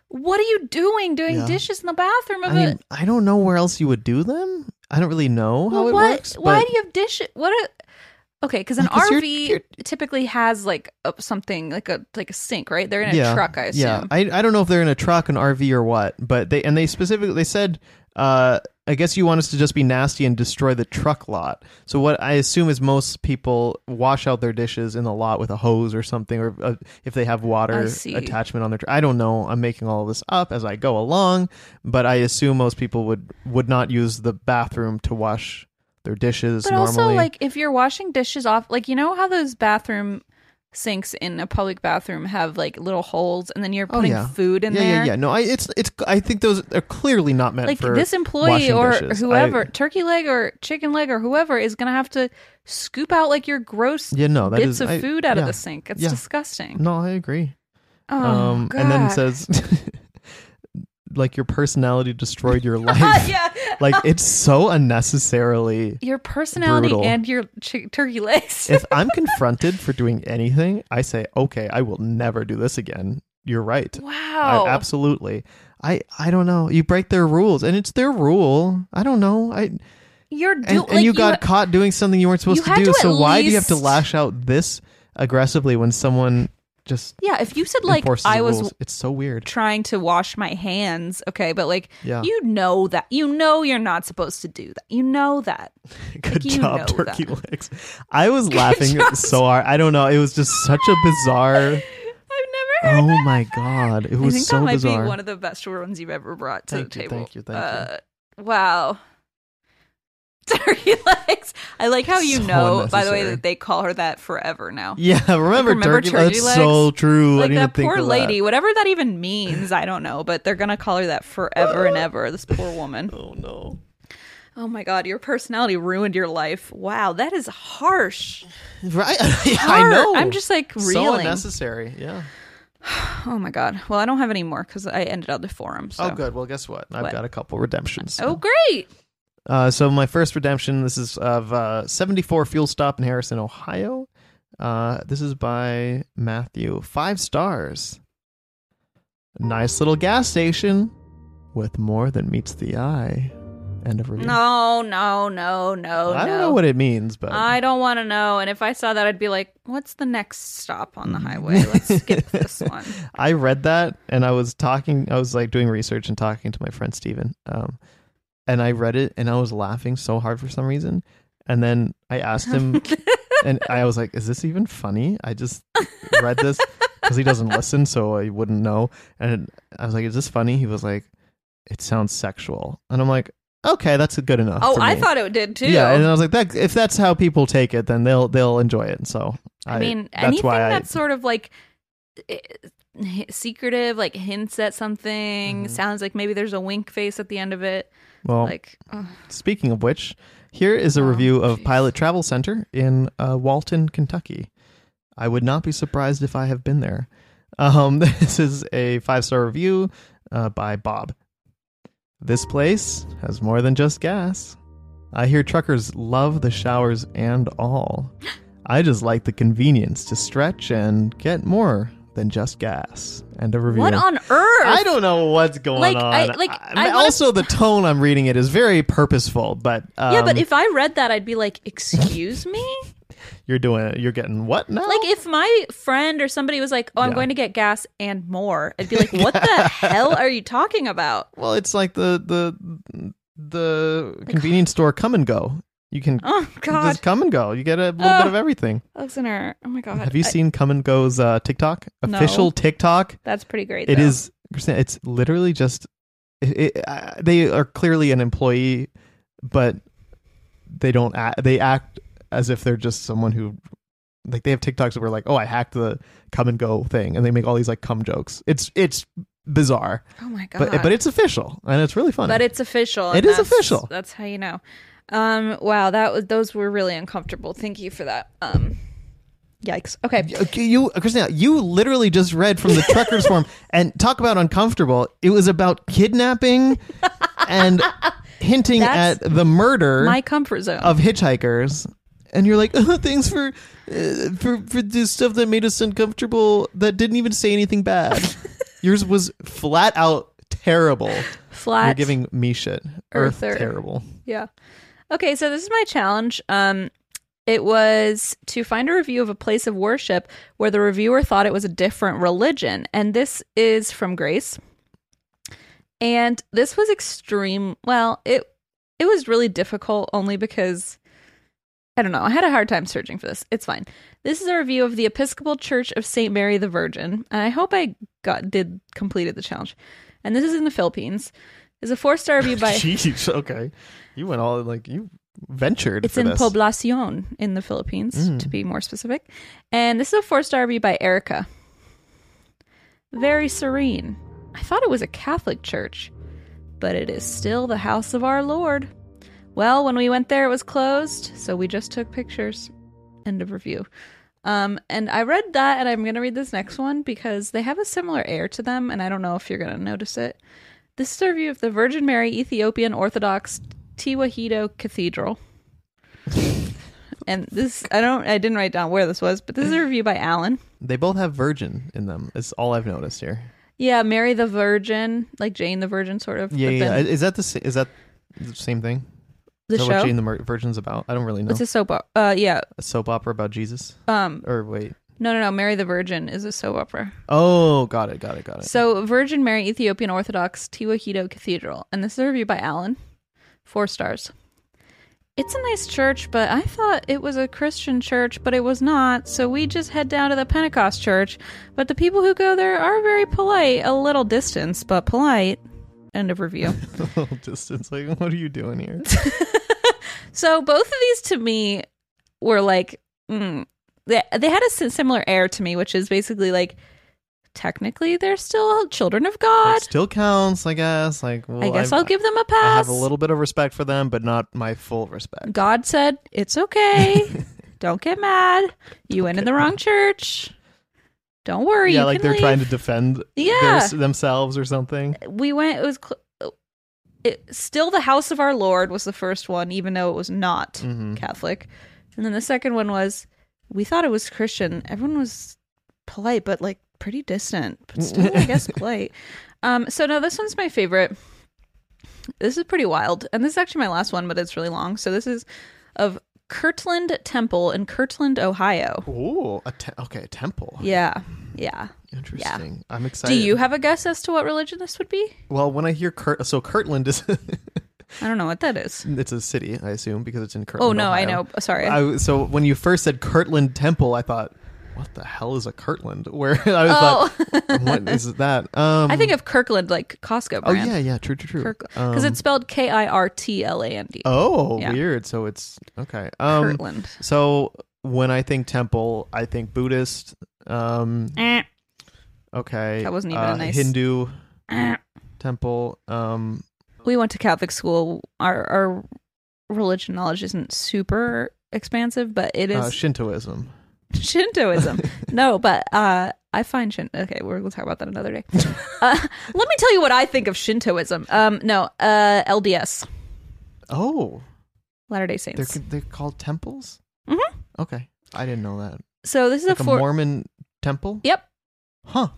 S1: what are you doing doing
S2: Yeah.
S1: dishes in the bathroom of
S2: I mean,
S1: a
S2: I don't know where else you would do them. I don't really know how
S1: Well,
S2: it
S1: what,
S2: works.
S1: Why
S2: but-
S1: do you have dishes? What a okay? Because an
S2: Because you're-
S1: RV
S2: you're-
S1: typically has like a, something like a like a sink, right? They're in a truck, I assume.
S2: Yeah, I, I don't know if they're in a truck, an RV, or what, but they and they specifically they said, uh, I guess you want us to just be nasty and destroy the truck lot. So what I assume is most people wash out their dishes in the lot with a hose or something, or uh, if they have
S1: I
S2: water
S1: see.
S2: attachment on their. Tr- I don't know. I'm making all this up as I go along, but I assume most people would would not use the bathroom to wash their dishes.
S1: but
S2: normally.
S1: also like if you're washing dishes off, like you know how those bathroom sinks in a public bathroom have like little holes, and then you're
S2: Oh,
S1: putting
S2: yeah.
S1: food in
S2: yeah,
S1: there.
S2: yeah, yeah. No, I it's it's. I think those are clearly not meant
S1: Like
S2: for
S1: this employee
S2: washing
S1: or
S2: dishes. I-
S1: whoever, turkey leg or chicken leg or whoever is gonna have to scoop out like your gross
S2: Yeah, no, that
S1: bits
S2: is-
S1: of
S2: I-
S1: food out
S2: yeah,
S1: of the sink. It's
S2: yeah.
S1: disgusting.
S2: No, I agree.
S1: Oh,
S2: um, and then
S1: God.
S2: it says, like your personality destroyed your life.
S1: yeah.
S2: Like it's so unnecessarily.
S1: your personality
S2: Brutal.
S1: and your chi- turkey legs.
S2: If I'm confronted for doing anything, I say, okay, I will never do this again. You're right.
S1: wow.
S2: I, absolutely. I I don't know. You break their rules, and it's their rule. I don't know. I
S1: You're do-
S2: and,
S1: like,
S2: and you got caught doing something you weren't supposed
S1: you had
S2: to do.
S1: to at
S2: so why do you have to
S1: least-
S2: lash out this aggressively when someone just
S1: Yeah, if you said like
S2: enforces
S1: I
S2: the
S1: was
S2: rules? It's so weird.
S1: trying to wash my hands, okay, but like
S2: Yeah.
S1: you know that. You know you're not supposed to do that. You know that.
S2: Good
S1: you
S2: job,
S1: know
S2: turkey
S1: that.
S2: legs. I was laughing
S1: job.
S2: so hard. I don't know. It was just such a bizarre.
S1: I've never heard
S2: oh
S1: that.
S2: my god, it
S1: I
S2: was
S1: think
S2: so
S1: that might
S2: bizarre.
S1: be one of the best ones you've ever brought to
S2: Thank
S1: the
S2: you,
S1: table.
S2: thank you, thank you.
S1: uh, Wow. Turkey legs. I like how you
S2: So
S1: know, by the way,
S2: unnecessary.
S1: that they call her that forever now.
S2: yeah, remember,
S1: remember
S2: turkey?
S1: turkey
S2: That's
S1: legs?
S2: so true. I
S1: like
S2: didn't
S1: that
S2: even
S1: poor
S2: think of
S1: lady,
S2: That.
S1: whatever that even means, I don't know, but they're gonna call her that forever and ever. This poor woman.
S2: Oh no.
S1: Oh my god, your personality ruined your life. Wow, that is harsh.
S2: Right? Yeah, I
S1: Hard.
S2: know.
S1: I'm just, like,
S2: So
S1: reeling.
S2: unnecessary. Yeah.
S1: Oh my god. Well, I don't have any more because I ended out the forum. So.
S2: Oh, good. Well, guess what? I've
S1: What?
S2: got a couple redemptions.
S1: Oh great.
S2: Uh, so my first redemption. This is of uh, 74 fuel stop in Harrison, Ohio. Uh, this is by Matthew. Five stars. Nice little gas station with more than meets the eye. End of review.
S1: No, no, no, no, no.
S2: I don't know what it means, but
S1: I don't want to know. And if I saw that, I'd be like, "What's the next stop on the
S2: Mm.
S1: highway? Let's skip this one."
S2: I read that and I was talking. I was like doing research and talking to my friend Steven. Um, and I read it and I was laughing so hard for some reason. And then I asked him, and I was like, "Is this even funny?" I just read this because he doesn't listen, so I wouldn't know. And I was like, "Is this funny?" He was like, "It sounds sexual," and I'm like, "Okay, that's good enough."
S1: Oh,
S2: for
S1: I
S2: me."
S1: thought it did too.
S2: Yeah, and I was like, that, if that's how people take it, then they'll they'll enjoy it. So
S1: I mean,
S2: that's
S1: anything
S2: why I-
S1: that's sort of like eh, eh, secretive, like hints at something, sounds like maybe there's a wink face at the end of it.
S2: Mm-hmm. well,
S1: like, ugh.
S2: Speaking of which, here is a
S1: Oh,
S2: review of
S1: jeez.
S2: Pilot Travel Center in uh, Walton, Kentucky. I would not be surprised if I have been there. Um, this is a five star review uh, by Bob. This place has more than just gas. I hear truckers love the showers and all. I just like the convenience to stretch and get more than just gas. End of review.
S1: What on earth?
S2: I don't know what's going
S1: Like,
S2: on.
S1: I- like, I wanna-
S2: also the tone I'm reading it is very purposeful, but um,
S1: yeah, but if I read that, I'd be like, "Excuse me."
S2: you're doing it, you're getting what now?
S1: Like if my friend or somebody was like, "Oh, I'm
S2: Yeah.
S1: going to get gas and more," I'd be like, "What the hell are you talking about?"
S2: well, it's like the the the convenience store come and go. You can
S1: Oh God,
S2: just come and go. You get a little bit
S1: Ugh.
S2: of everything.
S1: Alexander! Oh my God,
S2: Have you
S1: I-
S2: seen Come and Go's uh, TikTok
S1: No.
S2: official TikTok?
S1: that's pretty great.
S2: It
S1: though.
S2: is Christina. It's literally just it, it, uh, they are clearly an employee, but they don't act, they act as if they're just someone who like they have TikToks that were like, oh, I hacked the come and go thing, and they make all these like cum jokes. It's it's bizarre,
S1: Oh my God,
S2: but but it's official and it's really funny.
S1: But it's official.
S2: It
S1: and
S2: is
S1: that's-
S2: official.
S1: That's how you know. Um. Wow. That was. Those were really uncomfortable. Thank you for that. Um. Yikes. Okay.
S2: Okay, Uh, You, Christina, you literally just read from the truckers forum and talk about uncomfortable. It was about kidnapping and hinting
S1: That's
S2: at the murder.
S1: My comfort zone.
S2: of hitchhikers and you're like oh, thanks for uh, for for this stuff that made us uncomfortable that didn't even say anything bad yours was flat out terrible
S1: Flat.
S2: you're giving me shit earth
S1: earther.
S2: terrible
S1: Yeah. Okay, so this is my challenge. Um it was to find a review of a place of worship where the reviewer thought it was a different religion. And this is from Grace. And this was extreme well, it it was really difficult only because I don't know, I had a hard time searching for this. It's fine. This is a review of the Episcopal Church of St. Mary the Virgin. And I hope I got did completed the challenge. And this is in the Philippines. Is a four star review by
S2: jeez okay you went all like you ventured
S1: it's
S2: for
S1: in
S2: this. Mm.
S1: Poblacion in the Philippines, to be more specific. And this is a four star review by Erica. Very serene. I thought it was a Catholic church, but it is still the house of our Lord. Well, when we went there, it was closed, so we just took pictures. End of review. Um, and I read that, and I'm going to read this next one because they have a similar air to them, and I don't know if you're going to notice it. This is a review of the Virgin Mary Ethiopian Orthodox Tewahedo Cathedral. and this, I don't, I didn't write down where this was, but this is a review by Alan.
S2: they both have virgin in them is all i've noticed here
S1: Yeah, Mary the Virgin, like Jane the Virgin, sort of.
S2: yeah,
S1: but
S2: yeah,
S1: then
S2: is that the sa- is that the same thing
S1: the
S2: is that what
S1: show.
S2: Jane the Mer- virgin's about i don't really know
S1: It's a soap opera. Uh, yeah.
S2: a soap opera about jesus
S1: Um,
S2: or wait
S1: no, no, no. Mary the Virgin is a soap opera.
S2: oh got it got it got it
S1: So, Virgin Mary Ethiopian Orthodox Tewahedo Cathedral, and this is a review by Alan, four stars. It's a nice church, but I thought it was a Christian church, but it was not. So we just head down to the Pentecost church. But the people who go there are very polite, a little distance, but polite. End of review.
S2: little distance. Like, what are you doing here?
S1: So both of these to me were like mm, they they had a s- similar air to me, which is basically like technically they're still children of God.
S2: It still counts, I guess. Like, well,
S1: I guess
S2: I've-
S1: i will give them a
S2: I
S1: pass.
S2: have a little bit of respect for them, but not my full respect.
S1: God said it's okay. Don't get mad. You went in the wrong church. Don't worry.
S2: yeah,
S1: you
S2: like
S1: can
S2: they're
S1: leave.
S2: trying to defend
S1: Yeah. Uh,
S2: their- themselves or something.
S1: we went it was cl- it, still the house of our lord was the first one even though it was not catholic and then the second one was we thought it was christian everyone was polite but like pretty distant but still i guess polite um so now this one's my favorite this is pretty wild and this is actually my last one but it's really long so this is of kirtland temple in kirtland ohio
S2: Ooh, a te- okay, a temple.
S1: yeah yeah
S2: Interesting. I'm
S1: do
S2: excited.
S1: you have a guess as to what religion this would be
S2: Well, when I hear Kurt, so Kirtland is
S1: i don't know what that is
S2: it's a city, I assume, because it's in Kirtland.
S1: Oh no, I
S2: Ohio.
S1: know. Sorry.
S2: I w- so when you first said Kirtland Temple, I thought, what the hell is a Kirtland? Where I was thought, what is that? Um,
S1: Oh, I think of Kirkland like Costco
S2: Oh
S1: brand.
S2: yeah, Um, yeah, true, true, true.
S1: because it's spelled K I R T L A N D.
S2: Oh,
S1: Yeah.
S2: weird. So it's okay. Um,
S1: Kirtland.
S2: so when I think temple, I think Buddhist. Um, okay,
S1: That wasn't even a
S2: uh,
S1: nice-
S2: Hindu temple. Um,
S1: We went to Catholic school. Our our religion knowledge isn't super expansive, but it is
S2: uh, Shintoism.
S1: Shintoism. no, but uh, I find Shin. Okay, we're gonna talk about that another day. uh, let me tell you what I think of Shintoism. Um, no, uh, LDS,
S2: Oh,
S1: Latter Day
S2: they're
S1: Saints.
S2: they're called temples.
S1: Mhm.
S2: Okay, I didn't know that.
S1: So this is
S2: Like
S1: a
S2: a
S1: four.
S2: Mormon temple.
S1: Yep.
S2: Huh.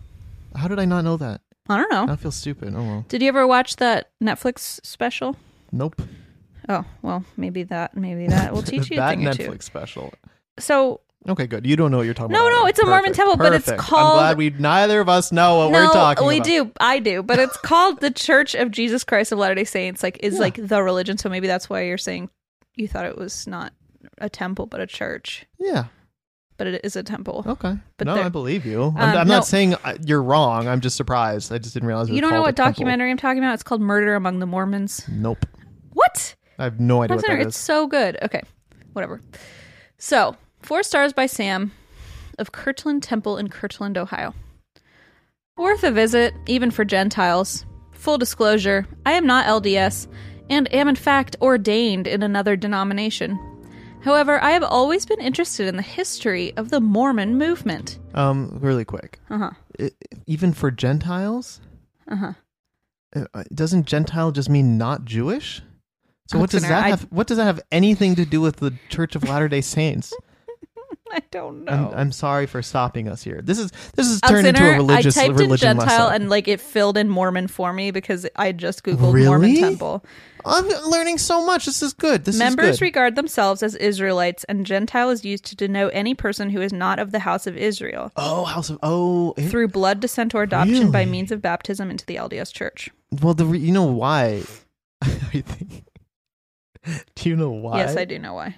S2: How did I not know that?
S1: I don't know.
S2: I feel stupid. Oh well.
S1: Did you ever watch that Netflix special?
S2: Nope.
S1: Oh, well, maybe that maybe that will teach you a
S2: that
S1: thing
S2: Netflix
S1: or two.
S2: special.
S1: So
S2: Okay, good. You don't know what you're talking
S1: No,
S2: about.
S1: no,
S2: either.
S1: it's a Mormon
S2: Perfect.
S1: temple, but it's
S2: Perfect.
S1: called-
S2: I'm glad we neither of us know what
S1: no,
S2: we're talking
S1: we
S2: about.
S1: do. I do, but it's called the Church of Jesus Christ of Latter Day Saints. Like, is like the religion. So maybe that's why you're saying you thought it was not a temple but a church,
S2: Yeah.
S1: but it is a temple.
S2: Okay.
S1: But
S2: no,
S1: there-
S2: I believe you. I'm,
S1: Um,
S2: I'm
S1: no.
S2: not saying uh, you're wrong. I'm just surprised. I just didn't realize. It
S1: You
S2: was
S1: don't know
S2: called a
S1: what
S2: temple.
S1: documentary I'm talking about? It's called Murder Among the Mormons.
S2: Nope.
S1: What?
S2: I have no idea what that
S1: Alexander,
S2: is.
S1: it's so good. Okay, whatever. So, four stars by Sam of Kirtland Temple in Kirtland, Ohio. Worth a visit, even for Gentiles. Full disclosure, I am not LDS and am in fact ordained in another denomination. However, I have always been interested in the history of the Mormon movement.
S2: Um, really quick. Uh-huh. even for Gentiles? Uh-huh. doesn't Gentile just mean not Jewish? So what does
S1: Alexander,
S2: that
S1: I-
S2: have what does that have anything to do with the Church of Latter-day Saints?
S1: I don't know.
S2: I'm, I'm sorry for stopping us here. This is this is turned into a
S1: Alexander,
S2: religious
S1: I typed in
S2: religion
S1: Gentile
S2: lesson.
S1: and like it filled in Mormon for me because I just googled Mormon
S2: Really?
S1: temple.
S2: I'm learning so much. This is good. This
S1: Members
S2: is good.
S1: regard themselves as Israelites, and Gentile is used to denote any person who is not of the house of Israel
S2: oh, House of Oh. it-
S1: through blood descent or adoption by
S2: Really?
S1: means of baptism into the LDS Church.
S2: well, the re- you know why? I think. Do you know why?
S1: Yes, I do know why.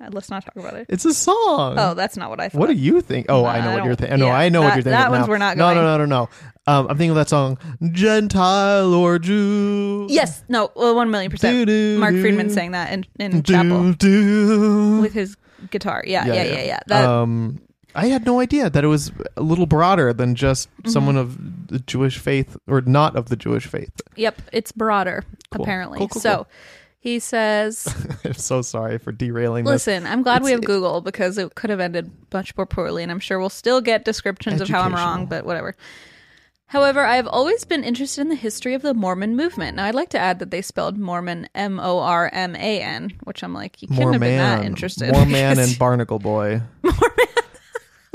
S1: Uh, Let's not talk about it.
S2: It's a song.
S1: Oh, that's not what I thought.
S2: What do you think? Oh, I
S1: I
S2: know what
S1: don't-
S2: you're thinking. No,
S1: yeah,
S2: I know
S1: that-
S2: what you're thinking.
S1: that one's
S2: now.
S1: we're not
S2: No,
S1: going.
S2: no, no, no, no. Um, I'm thinking of that song, Gentile or Jew.
S1: Yes, no, well, one million
S2: Do,
S1: percent.
S2: do,
S1: Mark
S2: do.
S1: Friedman sang that in, in
S2: Do,
S1: chapel
S2: do.
S1: with his guitar. Yeah, yeah, yeah, yeah. That,
S2: um, I had no idea that it was a little broader than just
S1: Mm-hmm.
S2: someone of the Jewish faith or not of the Jewish faith.
S1: yep, it's broader
S2: Cool.
S1: apparently.
S2: Cool, cool,
S1: so
S2: cool.
S1: he says.
S2: I'm so sorry for derailing this.
S1: Listen, I'm glad we have Google because it could have ended much more poorly, and I'm sure we'll still get descriptions of how I'm wrong,
S2: Educational.
S1: but whatever. However, I have always been interested in the history of the Mormon movement. Now, I'd like to add that they spelled Mormon M O R M A N, which I'm like, you couldn't
S2: More
S1: have been
S2: man,
S1: that interested.
S2: more man
S1: because
S2: and Barnacle Boy.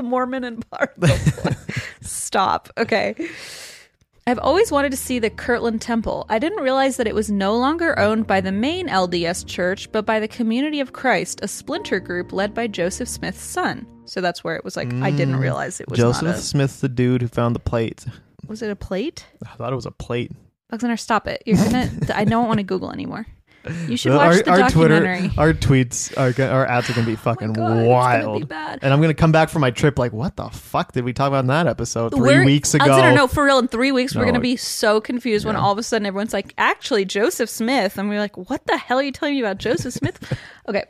S1: Mormon and Barnacle. Boy. Stop. Okay. I've always wanted to see the Kirtland Temple. I didn't realize that it was no longer owned by the main LDS church, but by the Community of Christ, a splinter group led by Joseph Smith's son. So that's where it was like I didn't realize it was
S2: Mm. Joseph
S1: not a,
S2: Smith's the dude who found the plate.
S1: was it a plate?
S2: I thought it was a plate.
S1: Alexander, stop it. You're gonna I don't want to Google anymore. You should
S2: Uh,
S1: watch the documentary. Oh
S2: Twitter, our tweets, our, go- our ads are going to be fucking
S1: God, it's gonna be
S2: wild.
S1: bad.
S2: And I'm going to come back from my trip like, what the fuck did we talk about in that episode 3
S1: We're-
S2: weeks ago?
S1: Alexander, no, for real. In three weeks, we're
S2: No,
S1: gonna
S2: it-
S1: be so confused when all of a sudden everyone's like, "Actually, Joseph Smith," and we're like, "What the hell are you telling me about Joseph Smith?" okay,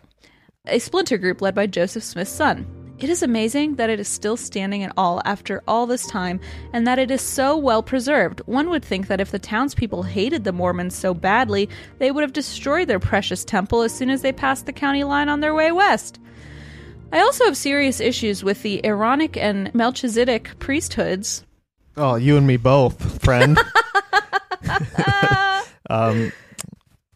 S1: a splinter group led by Joseph Smith's son. It is amazing that it is still standing at all after all this time, and that it is so well preserved. One would think that if the townspeople hated the Mormons so badly, they would have destroyed their precious temple as soon as they passed the county line on their way west. I also have serious issues with the Aaronic and Melchizedek priesthoods,
S2: Oh, you and me both, friend. um,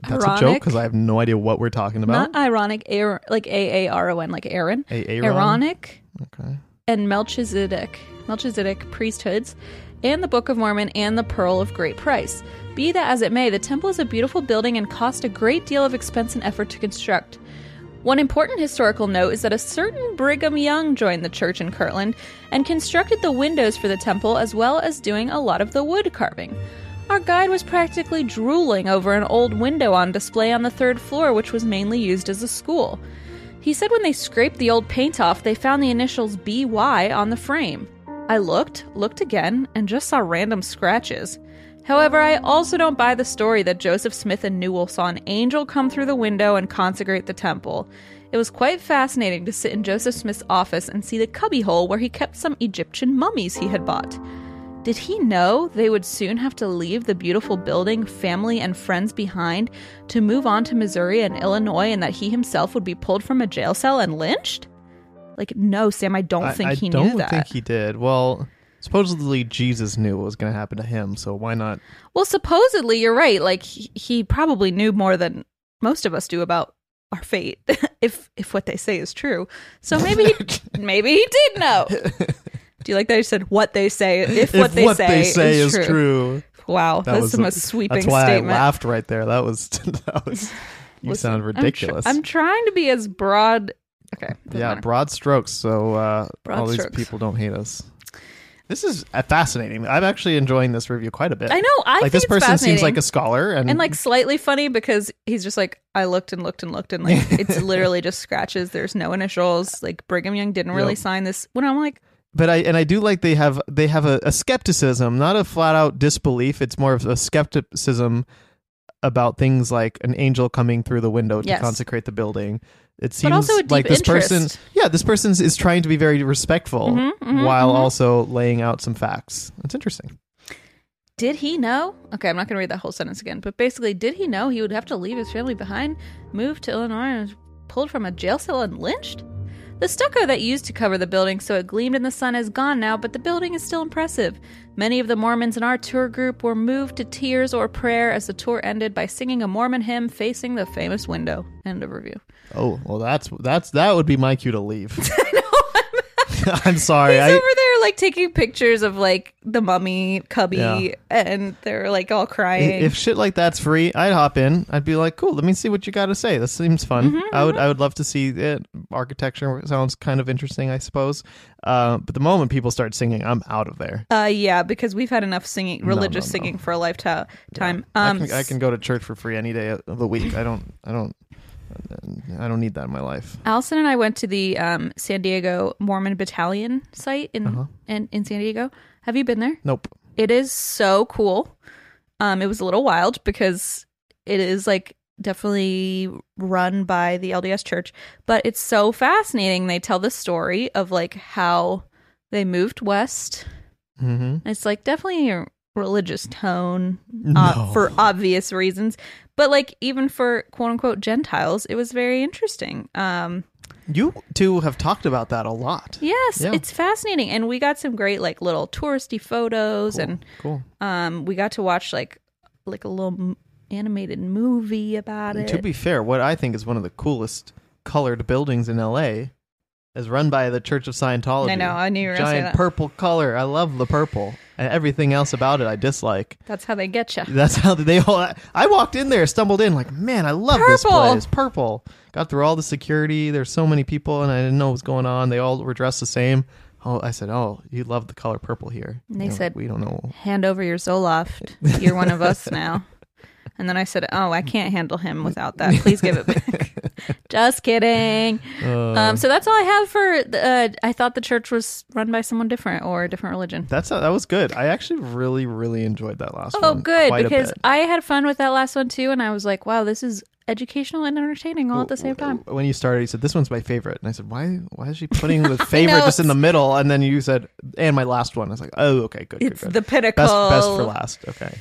S2: that's a joke
S1: Ironic.
S2: because I have no idea what we're talking about.
S1: Not ironic, aer- like A A R O N, like Aaron.
S2: A- Aaron?
S1: Aaronic
S2: Okay.
S1: and Melchizedek, Melchizedek priesthoods, and the Book of Mormon and the Pearl of Great Price. Be that as it may, the temple is a beautiful building and cost a great deal of expense and effort to construct. One important historical note is that a certain Brigham Young joined the church in Kirtland and constructed the windows for the temple as well as doing a lot of the wood carving. Our guide was practically drooling over an old window on display on the third floor, which was mainly used as a school. He said when they scraped the old paint off, they found the initials BY on the frame. I looked, looked again, and just saw random scratches. However, I also don't buy the story that Joseph Smith and Newell saw an angel come through the window and consecrate the temple. It was quite fascinating to sit in Joseph Smith's office and see the cubbyhole where he kept some Egyptian mummies he had bought. Did he know they would soon have to leave the beautiful building, family, and friends behind to move on to Missouri and Illinois and that he himself would be pulled from a jail cell and lynched? Like, no, Sam, I don't think he
S2: don't
S1: knew that.
S2: think he did. Well, supposedly Jesus knew what was going to happen to him, so why not?
S1: Well, supposedly, you're right. Like, he, he probably knew more than most of us do about our fate, if if what they say is true. So maybe he, maybe he did know. Do you like that? I said what they say. If,
S2: If
S1: what they say, is, true.
S2: true.
S1: Wow,
S2: That
S1: that's
S2: was
S1: the
S2: a-
S1: most sweeping
S2: That's why
S1: statement.
S2: I laughed right there. That was that was. You
S1: Listen,
S2: sound
S1: I'm tr-
S2: ridiculous.
S1: I'm, trying to be as broad. Okay. doesn't
S2: yeah,
S1: matter.
S2: broad strokes. So uh,
S1: Broad
S2: all these
S1: strokes.
S2: people don't hate us. This is uh, fascinating. I'm actually enjoying this review quite a bit.
S1: I know. I
S2: like
S1: think
S2: this
S1: it's
S2: person seems
S1: fascinating.
S2: like a scholar, and,
S1: and like slightly funny because he's just like I looked and looked and looked and like it's literally just scratches. There's no initials. Like Brigham Young didn't really
S2: Yep.
S1: sign this. When I'm like,
S2: but I and I do like they have they have a, a skepticism, not a flat out disbelief. It's more of a skepticism about things like an angel coming through the window to
S1: Yes.
S2: consecrate the building. It seems
S1: also a deep
S2: like this person,
S1: interest. Mm-hmm,
S2: yeah, this person is trying to be very respectful while also laying out some facts. That's interesting.
S1: did he know? Okay, I'm not going to read that whole sentence again. But basically, did he know he would have to leave his family behind, move to Illinois, and was pulled from a jail cell and lynched? The stucco that used to cover the building so it gleamed in the sun is gone now, but the building is still impressive. Many of the Mormons in our tour group were moved to tears or prayer as the tour ended by singing a Mormon hymn facing the famous window. End of review.
S2: Oh well, that's that's that would be my cue to leave. I'm sorry.
S1: He's
S2: I,
S1: over there like taking pictures of like the mummy cubby,
S2: Yeah.
S1: and they're like all
S2: i-
S1: crying.
S2: if shit like that's free, I'd hop in. I'd be like, cool. Let me see what you got to say. This seems fun.
S1: Mm-hmm,
S2: I would. I would love to see it. Architecture sounds kind of interesting, I suppose. Uh, but the moment people start singing, I'm out of there.
S1: Uh, yeah, because we've had enough singing, religious
S2: no.
S1: singing for a lifetime. Time.
S2: I
S1: Um,
S2: can, I can go to church for free any day of the week. I don't. I don't. I don't need that in my life.
S1: Allison and I went to the um, San Diego Mormon Battalion site in,
S2: Uh-huh.
S1: in in San Diego. Have you been there?
S2: Nope.
S1: It is so cool. Um, it was a little wild because it is like definitely run by the LDS Church, but it's so fascinating. They tell the story of like how they moved west.
S2: Mm-hmm.
S1: It's like definitely a religious tone uh, for obvious reasons, but like even for quote unquote Gentiles, it was very interesting. Um,
S2: You two have talked about that a lot.
S1: yes,
S2: Yeah.
S1: it's fascinating, and we got some great like little touristy photos, and
S2: Cool.
S1: um, we got to watch like like a little m- animated movie about it.
S2: To be fair, what I think is one of the coolest colored buildings in LA is run by the Church of Scientology.
S1: I know, I knew you were gonna say
S2: Giant
S1: that.
S2: purple color. I love the purple. And everything else about it I dislike.
S1: That's how they get you.
S2: That's how they all I walked in there, stumbled in like, "Man, I love this
S1: Purple.
S2: place. Purple." Got through all the security. There's so many people and I didn't know what was going on. They all were dressed the same. Oh, I said, "Oh, you love the color purple here."
S1: And they
S2: You know,
S1: said-
S2: "We don't know."
S1: Hand over your Zoloft. You're one of us now. And then I said, "Oh, I can't handle him without that. Please give it back." Just kidding.
S2: Uh.
S1: um, so that's all I have for. the- Uh, I thought the church was run by someone different or a different religion.
S2: That's that was good. I actually really really enjoyed that last one.
S1: Oh, good
S2: quite a
S1: because
S2: bit.
S1: I had fun with that last one too, and I was like, "Wow, this is educational and entertaining all at the same time."
S2: When you started, you said this one's my favorite, and I said, "Why? Why is she putting the favorite just in the middle?" And then you said, "And my last one." I was like, "Oh, okay, good,
S1: It's
S2: good,
S1: the Ah.
S2: good.
S1: pinnacle.
S2: best, best for last." Okay,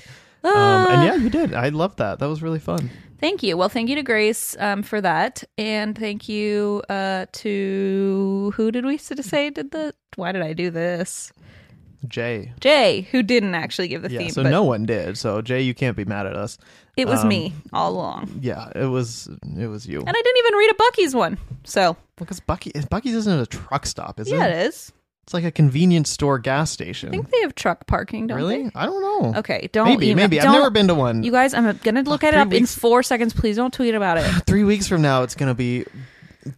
S2: um, and yeah, you did. I loved that. That was really fun.
S1: Thank you. Well, thank you to Grace um, for that, and thank you uh, to who did we s- say did the? Why did I do this?
S2: Jay,
S1: Jay, who didn't actually give the
S2: yeah.
S1: theme,
S2: so
S1: but
S2: no um, one did. So Jay, you can't be mad at us.
S1: it was me all along,
S2: Yeah, it was it was you.
S1: and I didn't even read a Bucky's one. So
S2: Because Bucky, Bucky's isn't a truck stop, is
S1: yeah,
S2: it?
S1: it is.
S2: It's like a convenience store gas station.
S1: I think they have truck parking, don't
S2: really? I don't know.
S1: they? Okay, don't
S2: maybe
S1: email-
S2: maybe.
S1: don't-
S2: I've never been to one.
S1: You guys, I'm gonna look it
S2: three
S1: up
S2: weeks-
S1: in four seconds. Please don't tweet about it.
S2: three weeks from now it's gonna be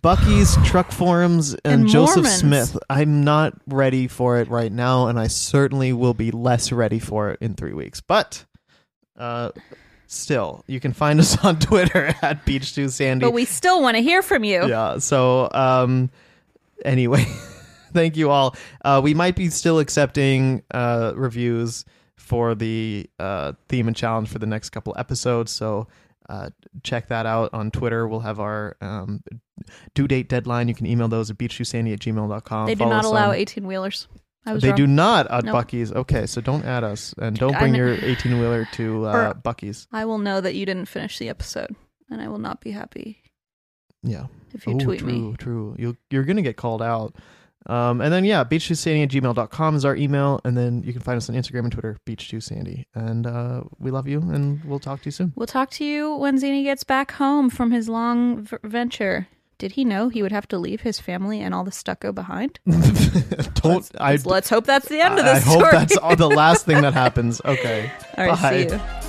S2: bucky's truck forums and,
S1: And
S2: joseph
S1: Mormons.
S2: smith i'm not ready for it right now and i certainly will be less ready for it in three weeks but uh still you can find us on twitter at beach 2 sandy
S1: But we still want to hear from you.
S2: yeah so um anyway thank you all uh we might be still accepting uh reviews for the uh theme and challenge for the next couple episodes so uh check that out on twitter we'll have our um due date deadline you can email those at beachshoesandy at gmail.com
S1: They do not allow 18 wheelers. I was
S2: they
S1: wrong.
S2: do not at
S1: Nope.
S2: bucky's okay so don't add us and don't
S1: I'm-
S2: bring your 18-wheeler to uh,
S1: Or-
S2: bucky's
S1: I will know that you didn't finish the episode, and I will not be happy
S2: yeah
S1: if you tweet
S2: true,
S1: me.
S2: True, You'll, you're going to get called out. Um, and then, yeah, beach2sandy at gmail.com is our email. And then you can find us on Instagram and Twitter, beach2sandy. And uh, we love you, and we'll talk to you soon.
S1: We'll talk to you when Zini gets back home from his long v- venture. Did he know he would have to leave his family and all the stucco behind?
S2: Don't I?
S1: Let's hope that's the end of
S2: I
S1: this
S2: hope
S1: story.
S2: that's all, the last thing that happens. Okay.
S1: all right,
S2: Bye.
S1: see you.